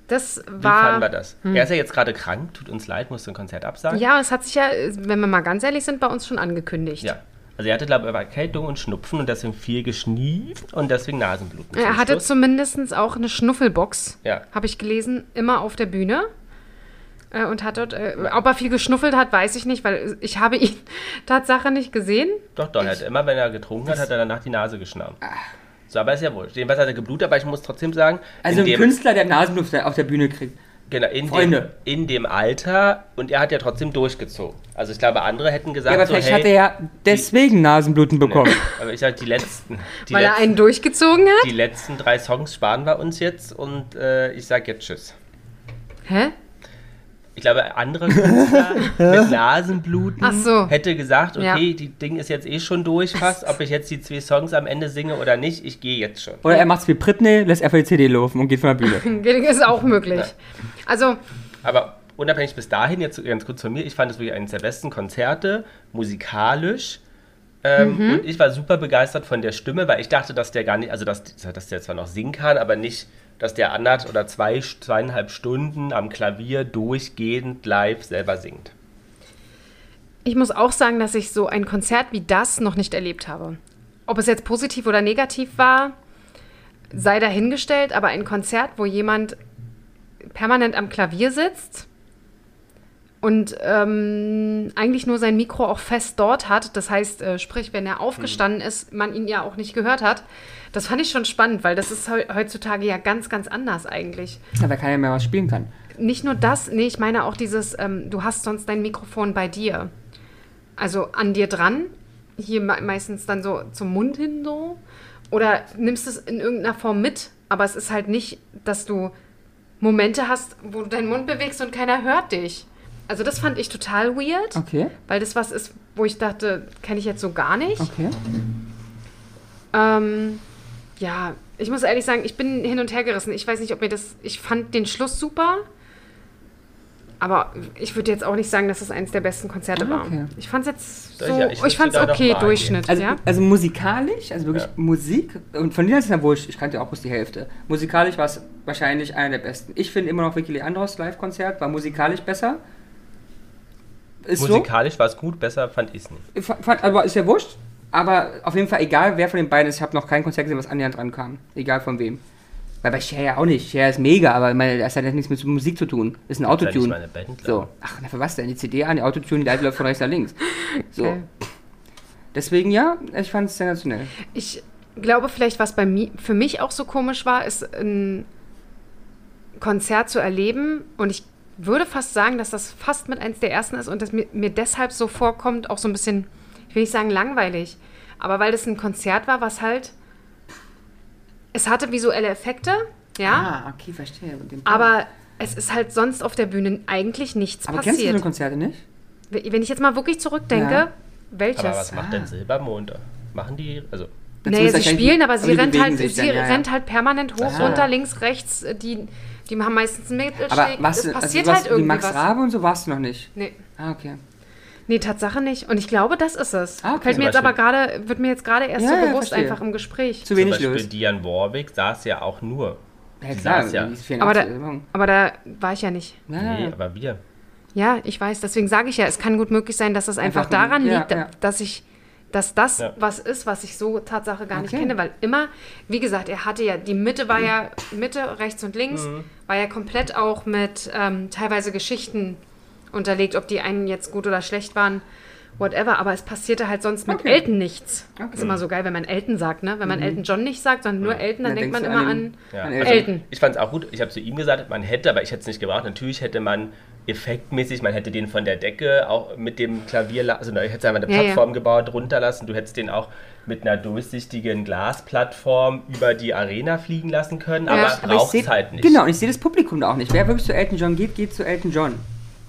[SPEAKER 1] das
[SPEAKER 4] wie fanden wir
[SPEAKER 1] war. Hm.
[SPEAKER 4] das? Er ist ja jetzt gerade krank, tut uns leid, musste ein Konzert absagen.
[SPEAKER 1] Ja, es hat sich ja, wenn wir mal ganz ehrlich sind, bei uns schon angekündigt.
[SPEAKER 4] Ja. Also er hatte, glaube ich, aber Erkältung und Schnupfen und deswegen viel geschnieft und deswegen Nasenbluten. zum
[SPEAKER 1] Er hatte
[SPEAKER 4] Schluss.
[SPEAKER 1] zumindest auch eine Schnuffelbox,
[SPEAKER 4] Ja.
[SPEAKER 1] habe ich gelesen, immer auf der Bühne. Äh, Und hat dort, äh, ob er viel geschnuffelt hat, weiß ich nicht, weil ich habe ihn Tatsache nicht gesehen.
[SPEAKER 4] Doch, doch, er hat immer, wenn er getrunken hat, hat er danach die Nase geschnarrt.
[SPEAKER 3] Ah.
[SPEAKER 4] So, aber ist ja wurscht. Jedenfalls hat er geblutet, aber ich muss trotzdem sagen,
[SPEAKER 3] Also
[SPEAKER 4] in
[SPEAKER 3] ein
[SPEAKER 4] dem,
[SPEAKER 3] Künstler, der Nasenluft auf der Bühne kriegt.
[SPEAKER 4] genau, in, dem,
[SPEAKER 3] Freunde.
[SPEAKER 4] in dem Alter und er hat ja trotzdem durchgezogen. Also ich glaube, andere hätten
[SPEAKER 3] Ja,
[SPEAKER 4] gesagt,
[SPEAKER 3] aber
[SPEAKER 4] so,
[SPEAKER 3] vielleicht
[SPEAKER 4] hey, ne.
[SPEAKER 3] hat er ja deswegen Nasenbluten bekommen.
[SPEAKER 4] aber ich sag, die letzten, die,
[SPEAKER 1] weil er
[SPEAKER 4] letzten,
[SPEAKER 1] einen durchgezogen hat.
[SPEAKER 4] die letzten drei Songs sparen wir uns jetzt und äh, ich sag jetzt Tschüss.
[SPEAKER 1] Hä?
[SPEAKER 4] Ich glaube, andere Künstler mit Nasenbluten
[SPEAKER 1] Ach so.
[SPEAKER 4] hätte gesagt,
[SPEAKER 1] Oh. Ja.
[SPEAKER 4] okay, die Ding ist jetzt eh schon durch fast, ob ich jetzt die zwei Songs am Ende singe oder nicht, ich gehe jetzt schon.
[SPEAKER 3] Oder er macht's wie Britney, lässt einfach die CD laufen und geht von der Bühne.
[SPEAKER 1] Ist auch möglich. Also,
[SPEAKER 4] Aber unabhängig bis dahin, jetzt ganz kurz von mir, ich fand es wirklich eines der besten Konzerte, musikalisch. Ähm, Und ich war super begeistert von der Stimme, weil ich dachte, dass der gar nicht, also dass, dass der zwar noch singen kann, aber nicht, dass der anderthalb oder zwei, zweieinhalb Stunden am Klavier durchgehend live selber singt.
[SPEAKER 1] Ich muss auch sagen, dass ich so ein Konzert wie das noch nicht erlebt habe. Ob es jetzt positiv oder negativ war, sei dahingestellt, aber ein Konzert, wo jemand permanent am Klavier sitzt und ähm, eigentlich nur sein Mikro auch fest dort hat, das heißt, äh, sprich, wenn er aufgestanden ist, man ihn ja auch nicht gehört hat, das fand ich schon spannend, weil das ist heu- heutzutage ja ganz, ganz anders eigentlich
[SPEAKER 3] Ja, weil keiner mehr was spielen kann.
[SPEAKER 1] nicht nur das, nee, ich meine auch dieses, ähm, du hast sonst dein Mikrofon bei dir. Also an dir dran, hier me meistens dann so zum Mund hin so. Oder nimmst es in irgendeiner Form mit, aber es ist halt nicht, dass du Momente hast, wo du deinen Mund bewegst und keiner hört dich. Also das fand ich total weird,
[SPEAKER 3] Okay,
[SPEAKER 1] weil das was ist, wo ich dachte, kenne ich jetzt so gar nicht.
[SPEAKER 3] okay.
[SPEAKER 1] Ähm, ja, ich muss ehrlich sagen, ich bin hin und her gerissen. Ich weiß nicht, ob mir das. Ich fand den Schluss super. Aber ich würde jetzt auch nicht sagen, dass es eins der besten Konzerte war.
[SPEAKER 3] Ah, okay.
[SPEAKER 1] Ich fand es jetzt
[SPEAKER 4] Da
[SPEAKER 1] so.
[SPEAKER 4] ich ja- ich
[SPEAKER 1] ich
[SPEAKER 4] müsste
[SPEAKER 1] fand es
[SPEAKER 4] da noch mal
[SPEAKER 1] okay,
[SPEAKER 4] eingehen.
[SPEAKER 1] Durchschnitt,
[SPEAKER 3] Also,
[SPEAKER 1] ja.
[SPEAKER 3] also musikalisch, also wirklich
[SPEAKER 4] Ja.
[SPEAKER 3] Musik, und von dir ist es ja wohl, ich kannte ja auch bloß die Hälfte. Musikalisch war es wahrscheinlich einer der besten. Ich finde immer noch Vicky Leandros Live-Konzert war musikalisch besser. Ist
[SPEAKER 4] Musikalisch war es gut, besser fand ich es nicht.
[SPEAKER 3] so. Fa- fa- Aber ist ja wurscht. Aber auf jeden Fall, egal wer von den beiden ist, ich habe noch kein Konzert gesehen, was annähernd dran kam. Egal von wem. Weil bei Cher ja auch nicht. Cher ist mega, aber ich meine, das hat ja nichts mit Musik zu tun. Ist ein
[SPEAKER 4] ja nicht
[SPEAKER 3] Autotune.
[SPEAKER 4] mal eine Band, glaub
[SPEAKER 3] so. Ach, na, für was denn? Die CD an, die Autotune, die alte läuft von rechts nach links. So.
[SPEAKER 1] Geil.
[SPEAKER 3] Deswegen ja, ich fand es sensationell.
[SPEAKER 1] Ich glaube, vielleicht, was bei mir für mich auch so komisch war, ist ein Konzert zu erleben. Und ich würde fast sagen, dass das fast mit eins der ersten ist und dass mir, mir deshalb so vorkommt, auch so ein bisschen, ich will nicht sagen langweilig, aber weil das ein Konzert war, was halt. Es hatte visuelle Effekte, ja,
[SPEAKER 3] Ah, okay, verstehe. Und den Punkt.
[SPEAKER 1] aber es ist halt sonst auf der Bühne eigentlich nichts
[SPEAKER 3] aber kennst du so
[SPEAKER 1] passiert.
[SPEAKER 3] Konzerte nicht?
[SPEAKER 1] Wenn ich jetzt mal wirklich zurückdenke,
[SPEAKER 3] Ja.
[SPEAKER 1] welches?
[SPEAKER 4] Aber was macht denn Silbermond? Machen die, also
[SPEAKER 3] Dazu
[SPEAKER 1] Naja,
[SPEAKER 3] ist
[SPEAKER 1] sie
[SPEAKER 3] wahrscheinlich-
[SPEAKER 1] spielen, aber sie,
[SPEAKER 3] die
[SPEAKER 1] rennt
[SPEAKER 3] bewegen
[SPEAKER 1] halt,
[SPEAKER 3] sich
[SPEAKER 1] sie
[SPEAKER 3] dann, ja, Ah. ja.
[SPEAKER 1] rennt halt permanent hoch,
[SPEAKER 3] so.
[SPEAKER 1] runter, links, rechts. äh, Die, Die haben meistens einen Mittelsteg.
[SPEAKER 3] Aber warst
[SPEAKER 1] es
[SPEAKER 3] du, also
[SPEAKER 1] passiert
[SPEAKER 3] du warst,
[SPEAKER 1] halt
[SPEAKER 3] wie
[SPEAKER 1] irgendwie
[SPEAKER 3] Max
[SPEAKER 1] was.
[SPEAKER 3] Rabe und so warst du noch nicht.
[SPEAKER 1] Nee.
[SPEAKER 3] Ah, okay.
[SPEAKER 1] nee, Tatsache nicht. Und ich glaube, das ist es.
[SPEAKER 3] Ah, okay.
[SPEAKER 1] Fällt mir
[SPEAKER 4] Zum
[SPEAKER 1] jetzt aber
[SPEAKER 4] Beispiel.
[SPEAKER 1] gerade, wird mir jetzt gerade erst
[SPEAKER 3] Ja,
[SPEAKER 1] so
[SPEAKER 3] ja,
[SPEAKER 1] bewusst
[SPEAKER 3] verstehe.
[SPEAKER 1] einfach im Gespräch.
[SPEAKER 3] Zu
[SPEAKER 4] Zum
[SPEAKER 3] wenig
[SPEAKER 4] Beispiel
[SPEAKER 3] los.
[SPEAKER 4] Diane Warwick saß ja auch nur.
[SPEAKER 3] Ja,
[SPEAKER 4] die
[SPEAKER 3] klar,
[SPEAKER 4] saß ja.
[SPEAKER 3] die ist 84
[SPEAKER 1] Aber da,
[SPEAKER 3] Saison.
[SPEAKER 1] aber da war ich ja nicht.
[SPEAKER 3] Ja,
[SPEAKER 4] Nee,
[SPEAKER 3] ja.
[SPEAKER 4] aber wir.
[SPEAKER 1] Ja, ich weiß. Deswegen sage ich ja, es kann gut möglich sein, dass es einfach,
[SPEAKER 3] Einfach,
[SPEAKER 1] daran
[SPEAKER 3] ja,
[SPEAKER 1] liegt,
[SPEAKER 3] ja.
[SPEAKER 1] dass ich, dass das
[SPEAKER 4] Ja.
[SPEAKER 1] was ist, was ich so Tatsache gar nicht
[SPEAKER 3] Okay.
[SPEAKER 1] kenne, weil immer, wie gesagt, er hatte ja, die Mitte war ja, Mitte, rechts und links, war ja komplett auch mit ähm, teilweise Geschichten unterlegt, ob die einen jetzt gut oder schlecht waren, whatever, aber es passierte halt sonst mit
[SPEAKER 3] Okay.
[SPEAKER 1] Elton nichts.
[SPEAKER 3] Okay.
[SPEAKER 1] Ist immer so geil, wenn man Elton sagt, ne? Wenn man Elton John nicht sagt, sondern nur Elton, dann,
[SPEAKER 3] Dann
[SPEAKER 1] denkt man
[SPEAKER 3] denkst
[SPEAKER 1] immer
[SPEAKER 3] du an
[SPEAKER 1] an,
[SPEAKER 3] den-
[SPEAKER 4] Ja.
[SPEAKER 3] An
[SPEAKER 4] Also,
[SPEAKER 1] Elton.
[SPEAKER 4] Ich fand es auch gut. Ich habe zu ihm gesagt, man hätte, aber ich hätte es nicht gebraucht. Natürlich hätte man effektmäßig, man hätte den von der Decke auch mit dem Klavier, la- also ich hätte einfach eine
[SPEAKER 1] Ja, ja.
[SPEAKER 4] Plattform gebaut, runterlassen. Du hättest den auch mit einer durchsichtigen Glasplattform über die Arena fliegen lassen können, aber
[SPEAKER 1] aber
[SPEAKER 3] Aber ich
[SPEAKER 4] braucht
[SPEAKER 3] seh-
[SPEAKER 4] es halt nicht.
[SPEAKER 3] Genau, und ich sehe das Publikum da auch nicht. Wer wirklich zu Elton John geht, geht zu Elton John.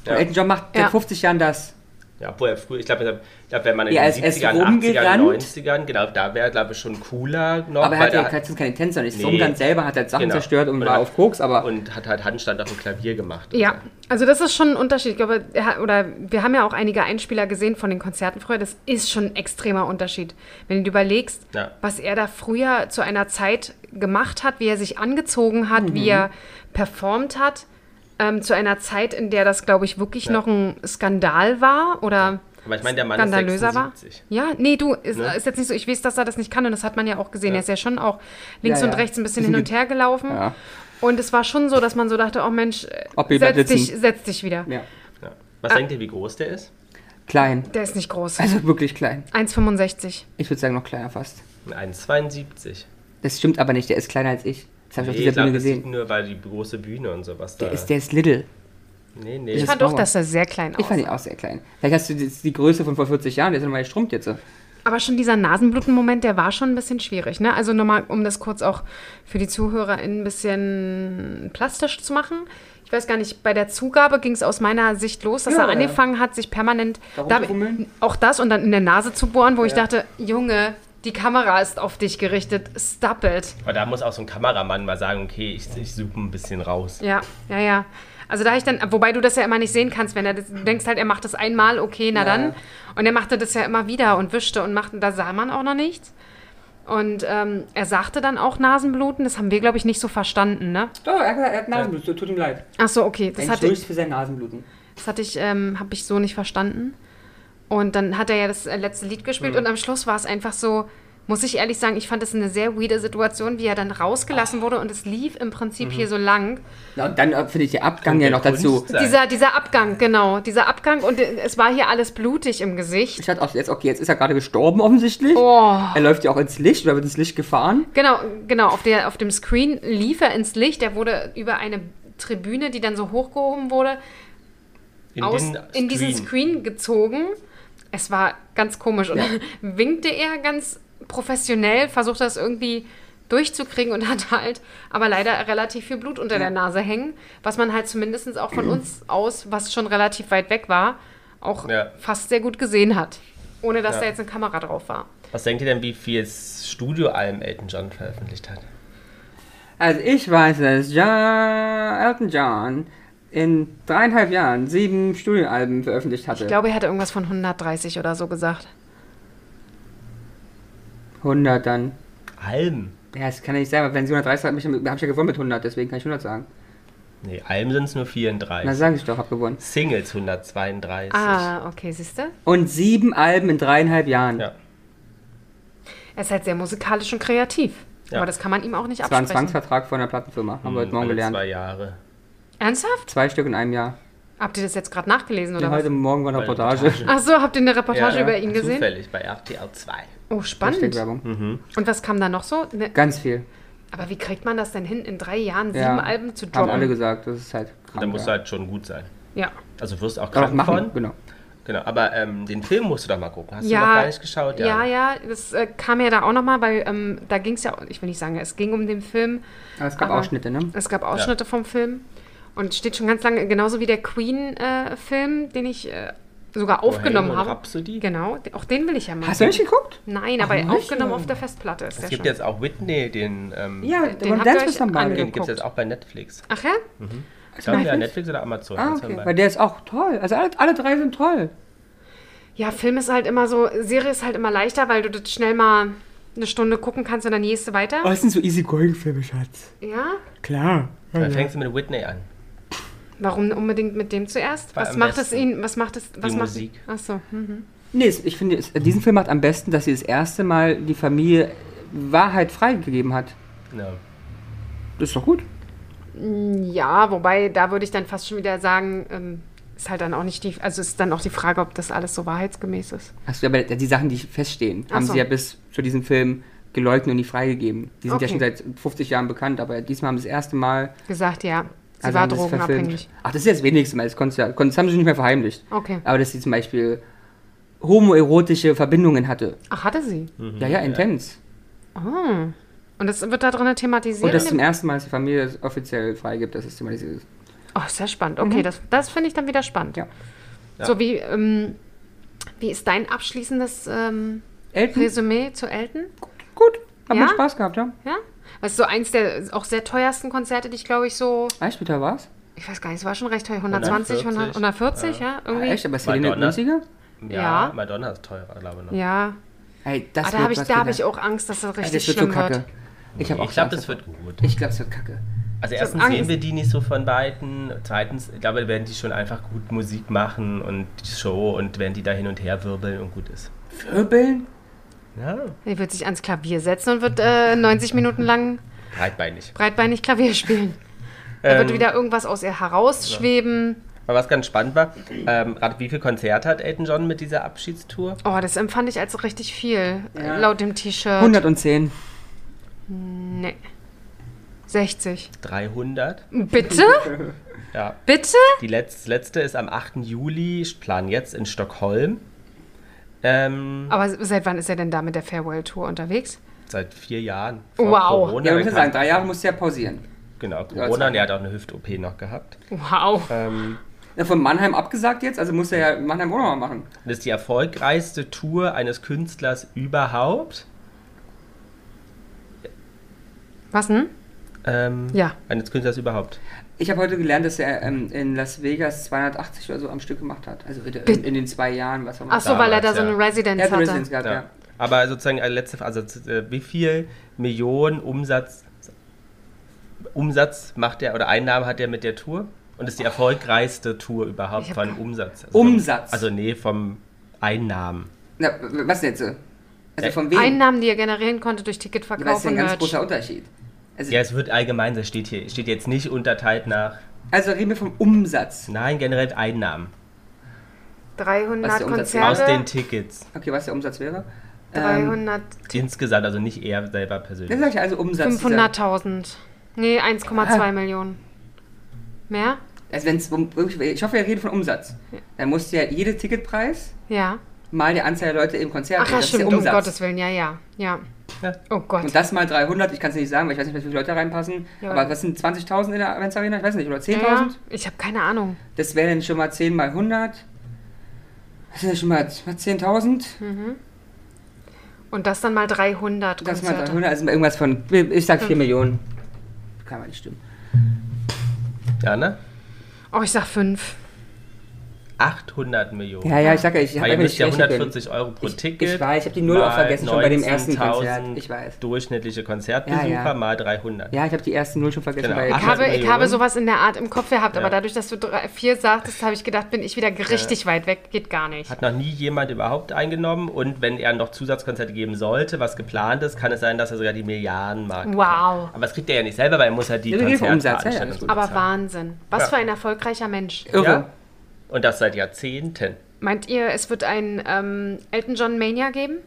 [SPEAKER 4] Ja.
[SPEAKER 3] Und Elton John macht
[SPEAKER 1] Ja.
[SPEAKER 3] seit 50 Jahren das.
[SPEAKER 4] Ja, obwohl er früher, ich glaube, ich glaub, wenn man in
[SPEAKER 3] Ja,
[SPEAKER 4] den
[SPEAKER 3] er ist
[SPEAKER 4] 70ern, 80ern,
[SPEAKER 3] rumgerannt.
[SPEAKER 4] 90ern, genau, da wäre, glaube ich, schon cooler noch.
[SPEAKER 3] aber er
[SPEAKER 4] weil
[SPEAKER 3] hat ja
[SPEAKER 4] da-
[SPEAKER 3] keine- keine Tänzer nicht.
[SPEAKER 4] Nee.
[SPEAKER 3] So ganz selber hat er Sachen
[SPEAKER 4] Genau.
[SPEAKER 3] zerstört und
[SPEAKER 4] Und
[SPEAKER 3] war
[SPEAKER 4] hat-
[SPEAKER 3] auf Koks, aber
[SPEAKER 4] und hat halt Handstand auf dem Klavier gemacht. und
[SPEAKER 1] Ja,
[SPEAKER 4] so.
[SPEAKER 1] also das ist schon ein Unterschied. Ich glaube, er hat- oder wir haben ja auch einige Einspieler gesehen von den Konzerten früher. Das ist schon ein extremer Unterschied. Wenn du dir überlegst,
[SPEAKER 4] Ja.
[SPEAKER 1] was er da früher zu einer Zeit gemacht hat, wie er sich angezogen hat,
[SPEAKER 4] Mhm.
[SPEAKER 1] wie er performt hat, ähm, zu einer Zeit, in der das, glaube ich, wirklich noch ein Skandal war oder
[SPEAKER 4] Aber ich meine, der Mann ist
[SPEAKER 1] skandalöser
[SPEAKER 4] 76.
[SPEAKER 1] war. Ja, nee, du, ist,
[SPEAKER 4] Ne?
[SPEAKER 1] ist jetzt nicht so. Ich weiß, dass er das nicht kann und das hat man ja auch gesehen. Er ist ja schon auch links
[SPEAKER 3] Ja,
[SPEAKER 1] und
[SPEAKER 3] ja.
[SPEAKER 1] rechts ein bisschen
[SPEAKER 3] Bisschen
[SPEAKER 1] hin und
[SPEAKER 3] ge-
[SPEAKER 1] her gelaufen.
[SPEAKER 3] Ja.
[SPEAKER 1] Und es war schon so, dass man so dachte, oh Mensch,
[SPEAKER 3] Ob wir
[SPEAKER 1] setz
[SPEAKER 3] bleibt
[SPEAKER 1] dich,
[SPEAKER 3] sitzen.
[SPEAKER 1] setz dich wieder.
[SPEAKER 3] ja.
[SPEAKER 4] Ja. Was
[SPEAKER 3] Ah.
[SPEAKER 4] denkt ihr, wie groß der ist?
[SPEAKER 3] klein.
[SPEAKER 1] Der ist nicht groß.
[SPEAKER 3] Also wirklich klein.
[SPEAKER 1] 1,65.
[SPEAKER 3] Ich würde sagen, noch kleiner fast.
[SPEAKER 4] 1,72.
[SPEAKER 3] Das stimmt aber nicht, der ist kleiner als ich. Das habe ich auf
[SPEAKER 4] Nee, ich
[SPEAKER 3] dieser
[SPEAKER 4] glaube,
[SPEAKER 3] Bühne
[SPEAKER 4] das liegt
[SPEAKER 3] gesehen.
[SPEAKER 4] nur, weil die große Bühne und sowas
[SPEAKER 3] Der
[SPEAKER 4] da.
[SPEAKER 3] ist, der ist little.
[SPEAKER 4] nee, nee.
[SPEAKER 3] das
[SPEAKER 1] Ich
[SPEAKER 3] ist
[SPEAKER 1] fand auch,
[SPEAKER 3] Horror.
[SPEAKER 1] dass er sehr klein
[SPEAKER 3] Ich fand ihn
[SPEAKER 1] aussah.
[SPEAKER 3] auch sehr klein. Vielleicht hast du die, die Größe von vor 40 Jahren, der ist nochmal gestrummt jetzt. so.
[SPEAKER 1] Aber schon dieser Nasenbluten-Moment, der war schon ein bisschen schwierig. Ne? Also nochmal, um das kurz auch für die ZuhörerInnen ein bisschen plastisch zu machen. Ich weiß gar nicht, bei der Zugabe ging es aus meiner Sicht los, dass
[SPEAKER 3] Ja,
[SPEAKER 1] er
[SPEAKER 3] ja.
[SPEAKER 1] angefangen hat, sich permanent
[SPEAKER 3] Da rumzuwummeln?
[SPEAKER 1] auch das und dann in der Nase zu bohren, wo ich dachte, Junge, die Kamera ist auf dich gerichtet. Stop it.
[SPEAKER 4] Aber da muss auch so ein Kameramann mal sagen, okay, ich, ich zoome ein bisschen raus.
[SPEAKER 1] Ja, ja, ja. Also da ich dann, wobei du das ja immer nicht sehen kannst, wenn er das, du denkst halt, er macht das einmal, okay, na
[SPEAKER 3] Ja,
[SPEAKER 1] dann.
[SPEAKER 3] ja.
[SPEAKER 1] Und er machte das ja immer wieder und wischte und machte, da sah man auch noch nichts. Und ähm, er sagte dann auch Nasenbluten, das haben wir, glaube ich, nicht so verstanden, ne?
[SPEAKER 3] Doch, er, er hat Nasenbluten, tut ihm leid.
[SPEAKER 1] Ach so, okay, das
[SPEAKER 3] Das
[SPEAKER 1] hatte,
[SPEAKER 3] für sein Nasenbluten.
[SPEAKER 1] das hatte ich, ähm, habe ich so nicht verstanden. Und dann hat er ja das äh, letzte Lied gespielt und am Schluss war es einfach so, muss ich ehrlich sagen, ich fand das eine sehr weirde Situation, wie er dann rausgelassen wurde und es lief im Prinzip hier so lang.
[SPEAKER 3] Na, und dann äh, finde ich den Abgang ja
[SPEAKER 4] der
[SPEAKER 3] noch dazu.
[SPEAKER 4] Kunst sein.
[SPEAKER 1] Dieser, dieser Abgang, genau. Dieser Abgang und es war hier alles blutig im
[SPEAKER 3] Ich
[SPEAKER 1] Gesicht.
[SPEAKER 3] dachte auch jetzt, okay, jetzt ist er gerade gestorben offensichtlich.
[SPEAKER 1] Oh.
[SPEAKER 3] Er läuft ja auch ins Licht oder wird ins Licht gefahren.
[SPEAKER 1] Genau, genau. Auf, der, auf dem Screen lief er ins Licht. Er wurde über eine Tribüne, die dann so hochgehoben wurde,
[SPEAKER 4] In,
[SPEAKER 1] aus,
[SPEAKER 4] den
[SPEAKER 1] in diesen Screen gezogen. Es war ganz komisch. Und dann winkte er ganz professionell, versuchte das irgendwie durchzukriegen und hat halt aber leider relativ viel Blut unter der Nase hängen, was man halt zumindest auch von uns aus, was schon relativ weit weg war, auch
[SPEAKER 4] Ja.
[SPEAKER 1] fast sehr gut gesehen hat. Ohne dass
[SPEAKER 4] Ja.
[SPEAKER 1] da jetzt eine Kamera drauf war.
[SPEAKER 4] Was denkt ihr denn, wie viel Studioalben Elton John veröffentlicht hat?
[SPEAKER 3] Also ich weiß, dass John, Elton John in dreieinhalb Jahren sieben Studioalben veröffentlicht hatte.
[SPEAKER 1] Ich glaube, er hatte irgendwas von 130 oder so gesagt.
[SPEAKER 3] 100 dann.
[SPEAKER 4] Alben?
[SPEAKER 3] Ja, das kann ja nicht sein, weil wenn sie 130 hat, mich, hab ich ja gewonnen mit 100, deswegen kann ich 100 sagen.
[SPEAKER 4] Nee, Alben sind es nur
[SPEAKER 3] Na,
[SPEAKER 4] 34.
[SPEAKER 3] sage ich doch, hab gewonnen.
[SPEAKER 4] Singles 132.
[SPEAKER 1] Ah, okay, siehst du?
[SPEAKER 3] Und sieben Alben in dreieinhalb Jahren.
[SPEAKER 4] Ja.
[SPEAKER 1] Er ist halt sehr musikalisch und kreativ.
[SPEAKER 4] Ja.
[SPEAKER 1] Aber das kann man ihm auch nicht
[SPEAKER 3] Das war ein
[SPEAKER 1] absprechen.
[SPEAKER 3] Zwangsvertrag von der Plattenfirma, haben wir heute
[SPEAKER 4] Hm, Alle
[SPEAKER 3] Morgen gelernt.
[SPEAKER 4] Zwei
[SPEAKER 3] Zwei.
[SPEAKER 4] Jahre.
[SPEAKER 1] Ernsthaft?
[SPEAKER 3] Stück in einem Jahr.
[SPEAKER 1] Habt ihr das jetzt gerade nachgelesen oder
[SPEAKER 3] Ja,
[SPEAKER 1] was?
[SPEAKER 3] heute Morgen war eine
[SPEAKER 4] Bei der
[SPEAKER 3] Reportage.
[SPEAKER 1] Ach so, habt ihr eine Reportage
[SPEAKER 4] Ja, ja.
[SPEAKER 1] über ihn gesehen?
[SPEAKER 4] Zufällig bei RTL 2.
[SPEAKER 1] Oh,
[SPEAKER 3] Hashtag
[SPEAKER 1] spannend.
[SPEAKER 3] Werbung.
[SPEAKER 4] Hm.
[SPEAKER 1] Und was kam da noch so? Ne,
[SPEAKER 3] Ganz viel.
[SPEAKER 1] aber wie kriegt man das denn hin, in drei Jahren sieben
[SPEAKER 3] Ja.
[SPEAKER 1] Alben zu
[SPEAKER 3] Haben
[SPEAKER 1] droppen?
[SPEAKER 3] alle gesagt, das ist halt krank.
[SPEAKER 4] Da musst du
[SPEAKER 3] ja.
[SPEAKER 4] halt schon gut sein.
[SPEAKER 1] ja.
[SPEAKER 4] Also wirst auch
[SPEAKER 3] Kann man
[SPEAKER 4] krank
[SPEAKER 3] machen,
[SPEAKER 4] von.
[SPEAKER 3] genau.
[SPEAKER 4] Genau, aber ähm, den Film musst du doch mal gucken. Hast
[SPEAKER 1] Ja.
[SPEAKER 4] du noch gar nicht geschaut?
[SPEAKER 1] ja, ja, das äh, kam ja da auch nochmal, weil ähm, da ging es ja, ich will nicht sagen, es ging um den Film.
[SPEAKER 3] Aber es gab
[SPEAKER 1] Aber-
[SPEAKER 3] Ausschnitte, ne?
[SPEAKER 1] Es gab Ausschnitte vom Film und steht schon ganz lange, genauso wie der Queen-Film, den ich äh, sogar
[SPEAKER 3] Oh,
[SPEAKER 1] aufgenommen
[SPEAKER 4] Bohemian
[SPEAKER 1] haben.
[SPEAKER 4] Rhapsody?
[SPEAKER 1] Genau, auch den will ich ja mal.
[SPEAKER 3] Hast du nicht
[SPEAKER 1] sehen.
[SPEAKER 3] geguckt?
[SPEAKER 1] Nein, aber
[SPEAKER 3] Ach,
[SPEAKER 1] aufgenommen
[SPEAKER 3] nicht?
[SPEAKER 1] auf der Festplatte ist der
[SPEAKER 4] Es gibt
[SPEAKER 1] schon.
[SPEAKER 4] jetzt auch Whitney, den, ähm,
[SPEAKER 3] Ja,
[SPEAKER 1] Den
[SPEAKER 3] den
[SPEAKER 1] habt ihr
[SPEAKER 3] Dance
[SPEAKER 1] euch
[SPEAKER 3] ist normal.
[SPEAKER 4] den gibt es
[SPEAKER 3] geguckt.
[SPEAKER 4] jetzt auch bei Netflix.
[SPEAKER 1] Ach ja?
[SPEAKER 4] Ich glaube, ja, Netflix oder Amazon.
[SPEAKER 3] Ah,
[SPEAKER 4] eins von
[SPEAKER 3] okay. Weil
[SPEAKER 4] beiden.
[SPEAKER 3] der ist auch toll. Also alle, alle drei sind toll.
[SPEAKER 1] Ja, Film ist halt immer so, Serie ist halt immer leichter, weil du das schnell mal eine Stunde gucken kannst und dann die nächste weiter.
[SPEAKER 3] Was Oh, sind so easygoing-Filme, Schatz?
[SPEAKER 1] Ja?
[SPEAKER 3] Klar.
[SPEAKER 4] Dann fängst du mit Whitney an.
[SPEAKER 1] Warum unbedingt mit dem zuerst?
[SPEAKER 4] War
[SPEAKER 1] Was
[SPEAKER 4] am
[SPEAKER 1] macht es
[SPEAKER 4] besten.
[SPEAKER 1] ihn? Was macht es? Was macht
[SPEAKER 4] Musik.
[SPEAKER 1] Ach so. Mhm.
[SPEAKER 3] Nee, es- ich finde, es- diesen Film macht am besten, dass sie das erste Mal die Familie Wahrheit freigegeben hat.
[SPEAKER 4] Ja.
[SPEAKER 3] Das ist doch gut.
[SPEAKER 1] Ja, wobei da würde ich dann fast schon wieder sagen, ähm, ist halt dann auch nicht die, also ist dann auch die Frage, ob das alles so wahrheitsgemäß ist.
[SPEAKER 3] Achso, aber die Sachen, die feststehen,
[SPEAKER 1] Ach
[SPEAKER 3] haben
[SPEAKER 1] so.
[SPEAKER 3] sie ja bis zu diesem Film geleugnet und nicht freigegeben. Die sind
[SPEAKER 1] Okay.
[SPEAKER 3] ja schon seit 50 Jahren bekannt, aber diesmal haben sie das erste Mal.
[SPEAKER 1] Gesagt, ja, sie
[SPEAKER 3] also
[SPEAKER 1] war
[SPEAKER 3] haben sie es
[SPEAKER 1] drogenabhängig.
[SPEAKER 3] verfilmt. Ach, das ist jetzt wenigstens mal. Das, konntest du ja, konntest, das haben sie nicht mehr verheimlicht.
[SPEAKER 1] Okay.
[SPEAKER 3] Aber dass sie zum Beispiel homoerotische Verbindungen hatte.
[SPEAKER 1] Ach, hatte sie.
[SPEAKER 3] ja, ja, intens.
[SPEAKER 1] Oh. Und das wird da drin thematisiert.
[SPEAKER 3] Und dass
[SPEAKER 1] in
[SPEAKER 3] zum
[SPEAKER 1] dem-
[SPEAKER 3] ersten Mal dass die Familie es offiziell freigibt, dass es thematisiert ist.
[SPEAKER 1] Oh, sehr spannend. Okay, das, das finde ich dann wieder spannend.
[SPEAKER 3] Mhm. Ja.
[SPEAKER 1] So wie, ähm, wie ist dein abschließendes ähm,
[SPEAKER 3] Elton?
[SPEAKER 1] Resümee zu Elton?
[SPEAKER 3] Gut. Hat
[SPEAKER 1] Ja?
[SPEAKER 3] mir Spaß gehabt, ja.
[SPEAKER 1] Ja? Das ist so eins der auch sehr teuersten Konzerte, die ich glaube ich so,
[SPEAKER 3] Eisbitter war's.
[SPEAKER 1] ich weiß gar nicht, es war schon recht teuer, 120, 140,
[SPEAKER 4] 140,
[SPEAKER 1] 140 ja. irgendwie.
[SPEAKER 3] Ah, echt? Aber ist hier
[SPEAKER 4] Madonna.
[SPEAKER 3] 90er?
[SPEAKER 4] Ja,
[SPEAKER 1] Ja.
[SPEAKER 4] Madonna ist teurer, glaube ich. Noch.
[SPEAKER 1] Ja,
[SPEAKER 3] Ey,
[SPEAKER 1] Ah,
[SPEAKER 3] das
[SPEAKER 1] da
[SPEAKER 3] wird
[SPEAKER 1] habe ich,
[SPEAKER 3] was
[SPEAKER 1] da hab
[SPEAKER 3] wieder.
[SPEAKER 1] ich auch Angst, dass das
[SPEAKER 3] Ey,
[SPEAKER 1] richtig
[SPEAKER 3] das wird so
[SPEAKER 1] schlimm
[SPEAKER 3] kacke.
[SPEAKER 1] wird.
[SPEAKER 3] Ich habe auch
[SPEAKER 4] Ich glaube,
[SPEAKER 3] Angst
[SPEAKER 4] das wird
[SPEAKER 3] davor.
[SPEAKER 4] gut.
[SPEAKER 3] Ich glaube, es wird kacke.
[SPEAKER 4] Also
[SPEAKER 1] Ich hab
[SPEAKER 4] erstens
[SPEAKER 1] Angst.
[SPEAKER 4] sehen wir die nicht so von Weitem. Zweitens, ich glaube, werden die schon einfach gut Musik machen und die Show und werden die da hin und her wirbeln und gut ist.
[SPEAKER 3] Wirbeln?
[SPEAKER 4] Ja,
[SPEAKER 1] Er wird sich ans Klavier setzen und wird äh, 90 Minuten lang
[SPEAKER 4] breitbeinig. Ähm,
[SPEAKER 1] breitbeinig Klavier spielen. Da wird wieder irgendwas aus ihr herausschweben.
[SPEAKER 4] Aber was ganz spannend war, ähm, gerade wie viel Konzerte hat Elton John mit dieser Abschiedstour?
[SPEAKER 1] Oh, das empfand ich als richtig viel. Äh, Laut dem T-Shirt.
[SPEAKER 3] 110.
[SPEAKER 1] Nee. 60.
[SPEAKER 4] 300.
[SPEAKER 1] Bitte?
[SPEAKER 4] Ja.
[SPEAKER 1] Bitte?
[SPEAKER 4] Die letzte, letzte ist am 8. Juli, ich plan jetzt in Stockholm. Ähm,
[SPEAKER 1] Aber seit wann ist er denn da mit der Farewell-Tour unterwegs?
[SPEAKER 4] seit vier Jahren.
[SPEAKER 1] Wow.
[SPEAKER 4] Corona,
[SPEAKER 3] Ja,
[SPEAKER 4] dann
[SPEAKER 3] ich muss
[SPEAKER 4] kam-
[SPEAKER 3] sagen, drei Jahre musst du ja pausieren.
[SPEAKER 4] Genau,
[SPEAKER 3] Ja,
[SPEAKER 4] Corona,
[SPEAKER 3] zwei.
[SPEAKER 4] der hat auch eine Hüft-OP noch gehabt.
[SPEAKER 1] Wow.
[SPEAKER 4] Ähm,
[SPEAKER 3] Ja, von Mannheim abgesagt jetzt, also muss er ja Mannheim auch nochmal machen.
[SPEAKER 4] das ist die erfolgreichste Tour eines Künstlers überhaupt.
[SPEAKER 1] Was denn?
[SPEAKER 4] Ähm,
[SPEAKER 1] Ja.
[SPEAKER 4] Eines Künstlers überhaupt.
[SPEAKER 3] Ich habe heute gelernt, dass er ähm, in Las Vegas 280 oder so am Stück gemacht hat. Also in, in, in den zwei Jahren, was auch immer.
[SPEAKER 1] Ach so, weil er da
[SPEAKER 4] Damals,
[SPEAKER 1] so eine
[SPEAKER 4] ja.
[SPEAKER 1] Residenz
[SPEAKER 3] er hat
[SPEAKER 1] hatte.
[SPEAKER 3] eine Residenz gehabt,
[SPEAKER 4] Ja.
[SPEAKER 3] ja.
[SPEAKER 4] Aber sozusagen eine letzte Frage, also äh, wie viel Millionen Umsatz, Umsatz macht er oder Einnahmen hat er mit der Tour? Und ist die erfolgreichste Tour überhaupt
[SPEAKER 1] Ich hab
[SPEAKER 4] von
[SPEAKER 1] gar-
[SPEAKER 4] Umsatz? Also vom-
[SPEAKER 3] Umsatz.
[SPEAKER 4] Also nee, vom Einnahmen.
[SPEAKER 3] Na, w- was jetzt? äh? Also
[SPEAKER 4] Ja.
[SPEAKER 3] von wem?
[SPEAKER 1] Einnahmen, die er generieren konnte durch
[SPEAKER 3] das
[SPEAKER 1] Ticketverkauf
[SPEAKER 3] ist ja
[SPEAKER 1] und
[SPEAKER 3] ein ganz
[SPEAKER 1] Merch.
[SPEAKER 3] großer Unterschied. Also,
[SPEAKER 4] Ja, es wird allgemein, das steht hier, steht jetzt nicht unterteilt nach,
[SPEAKER 3] also reden wir vom Umsatz.
[SPEAKER 4] nein, generell Einnahmen
[SPEAKER 1] 300
[SPEAKER 3] Umsatz?
[SPEAKER 1] Konzerte.
[SPEAKER 4] aus den Tickets.
[SPEAKER 3] Okay, was der Umsatz wäre? Ähm,
[SPEAKER 1] 300,
[SPEAKER 4] Insgesamt, also nicht er selber
[SPEAKER 3] dann
[SPEAKER 4] persönlich.
[SPEAKER 3] sag ich also Umsatz.
[SPEAKER 1] 500.000. Nee, 1,2
[SPEAKER 3] Ah.
[SPEAKER 1] Millionen. Mehr?
[SPEAKER 3] Dieser- Also wenn's, um- wirklich- ich hoffe, wir reden von Umsatz. Dann muss ja jeder Ticketpreis
[SPEAKER 1] Ja.
[SPEAKER 3] mal die Anzahl der Leute im Konzert.
[SPEAKER 1] Ach
[SPEAKER 3] sein.
[SPEAKER 1] ja,
[SPEAKER 3] das ist
[SPEAKER 1] stimmt,
[SPEAKER 3] der
[SPEAKER 1] um
[SPEAKER 3] Umsatz.
[SPEAKER 1] Gottes Willen, ja, ja, ja.
[SPEAKER 4] Ja.
[SPEAKER 1] Oh Gott.
[SPEAKER 3] Und das mal 300, ich kann es nicht sagen, weil ich weiß nicht, wie viele Leute da reinpassen.
[SPEAKER 1] Ja.
[SPEAKER 3] Aber was sind 20.000 in der Events Arena? Ich weiß nicht, oder 10.000?
[SPEAKER 1] ja, ja. Ich habe keine Ahnung.
[SPEAKER 3] Das wären dann schon mal 10 mal 100. Das sind ja schon mal 10.000.
[SPEAKER 1] Und das dann mal 300
[SPEAKER 3] Das mal
[SPEAKER 1] Konzerte.
[SPEAKER 3] 300, also irgendwas von, ich sag 4 Millionen. Hm. Kann man nicht stimmen.
[SPEAKER 4] Ja, ne?
[SPEAKER 1] Oh, ich sag 5.
[SPEAKER 4] 800 Millionen.
[SPEAKER 3] Ja, ja, ich sag ja, ich
[SPEAKER 4] Weil
[SPEAKER 3] habe
[SPEAKER 4] ihr
[SPEAKER 3] immer
[SPEAKER 4] müsst
[SPEAKER 3] nicht
[SPEAKER 4] ja
[SPEAKER 3] gerechnet.
[SPEAKER 4] 140 Euro pro
[SPEAKER 3] Ich-
[SPEAKER 4] Ticket.
[SPEAKER 3] ich weiß, ich hab die Null auch
[SPEAKER 4] mal
[SPEAKER 3] vergessen schon bei dem ersten
[SPEAKER 4] 19.000
[SPEAKER 3] Konzert. Ich weiß.
[SPEAKER 4] Durchschnittliche Konzertbesucher
[SPEAKER 3] Ja, ja.
[SPEAKER 4] mal 300.
[SPEAKER 3] Ja, ich habe die ersten Null schon vergessen.
[SPEAKER 4] Genau.
[SPEAKER 3] Weil
[SPEAKER 1] Ich
[SPEAKER 4] Ach,
[SPEAKER 1] habe, ich
[SPEAKER 4] Millionen?
[SPEAKER 1] habe sowas in der Art im Kopf gehabt, aber
[SPEAKER 4] Ja.
[SPEAKER 1] dadurch, dass du 4 sagtest, habe ich gedacht, bin ich wieder richtig weit weg. Geht gar nicht.
[SPEAKER 4] Hat noch nie jemand überhaupt eingenommen. Und wenn er noch Zusatzkonzerte geben sollte, was geplant ist, kann es sein, dass er sogar die Milliarden mag.
[SPEAKER 1] Wow.
[SPEAKER 4] Aber das kriegt er ja nicht selber, weil er muss halt die
[SPEAKER 3] Wir reden vom Umsatz, ja, ja,
[SPEAKER 4] Konzertveranstaltung
[SPEAKER 3] das
[SPEAKER 4] bezahlen.
[SPEAKER 1] Aber Wahnsinn. Was
[SPEAKER 4] Ja.
[SPEAKER 1] für ein erfolgreicher Mensch.
[SPEAKER 3] irre.
[SPEAKER 4] Ja. Und das seit Jahrzehnten.
[SPEAKER 1] Meint ihr, es wird ein ähm, Elton John Mania geben?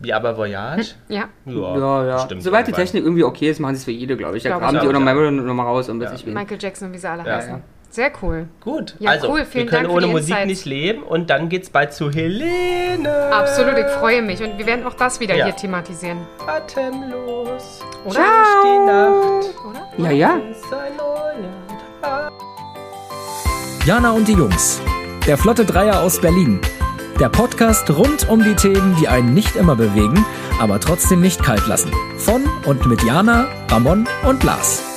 [SPEAKER 4] Wie aber Voyage?
[SPEAKER 1] Ja.
[SPEAKER 4] Hm.
[SPEAKER 3] Hm. Ja, ja.
[SPEAKER 4] bestimmt
[SPEAKER 3] Soweit die
[SPEAKER 4] irgendwann.
[SPEAKER 3] Technik irgendwie okay ist, machen sie es für jede, glaube ich. Da
[SPEAKER 1] Glaub
[SPEAKER 3] graben
[SPEAKER 1] ich
[SPEAKER 3] die
[SPEAKER 4] auch,
[SPEAKER 3] auch
[SPEAKER 4] ja.
[SPEAKER 3] nochmal noch mal raus, um das ich will.
[SPEAKER 1] Michael Jackson, wie sie alle
[SPEAKER 4] Ja,
[SPEAKER 1] heißen.
[SPEAKER 3] ja.
[SPEAKER 1] Sehr cool.
[SPEAKER 4] Gut,
[SPEAKER 1] Ja,
[SPEAKER 4] also
[SPEAKER 1] cool,
[SPEAKER 4] wir
[SPEAKER 1] vielen
[SPEAKER 4] können
[SPEAKER 1] Dank für
[SPEAKER 4] ohne
[SPEAKER 1] die
[SPEAKER 4] Musik
[SPEAKER 1] Insights.
[SPEAKER 4] nicht leben und dann geht's bald zu Helene.
[SPEAKER 1] Absolut, ich freue mich. Und wir werden auch das wieder
[SPEAKER 4] Ja.
[SPEAKER 1] hier thematisieren.
[SPEAKER 4] Atemlos
[SPEAKER 1] Oder?
[SPEAKER 4] durch die Nacht.
[SPEAKER 1] Oder?
[SPEAKER 3] Ja, ja.
[SPEAKER 4] ist ein neuer Tag.
[SPEAKER 5] Jana und die Jungs. Der Flotte Dreier aus Berlin. Der Podcast rund um die Themen, die einen nicht immer bewegen, aber trotzdem nicht kalt lassen. Von und mit Jana, Ramon und Lars.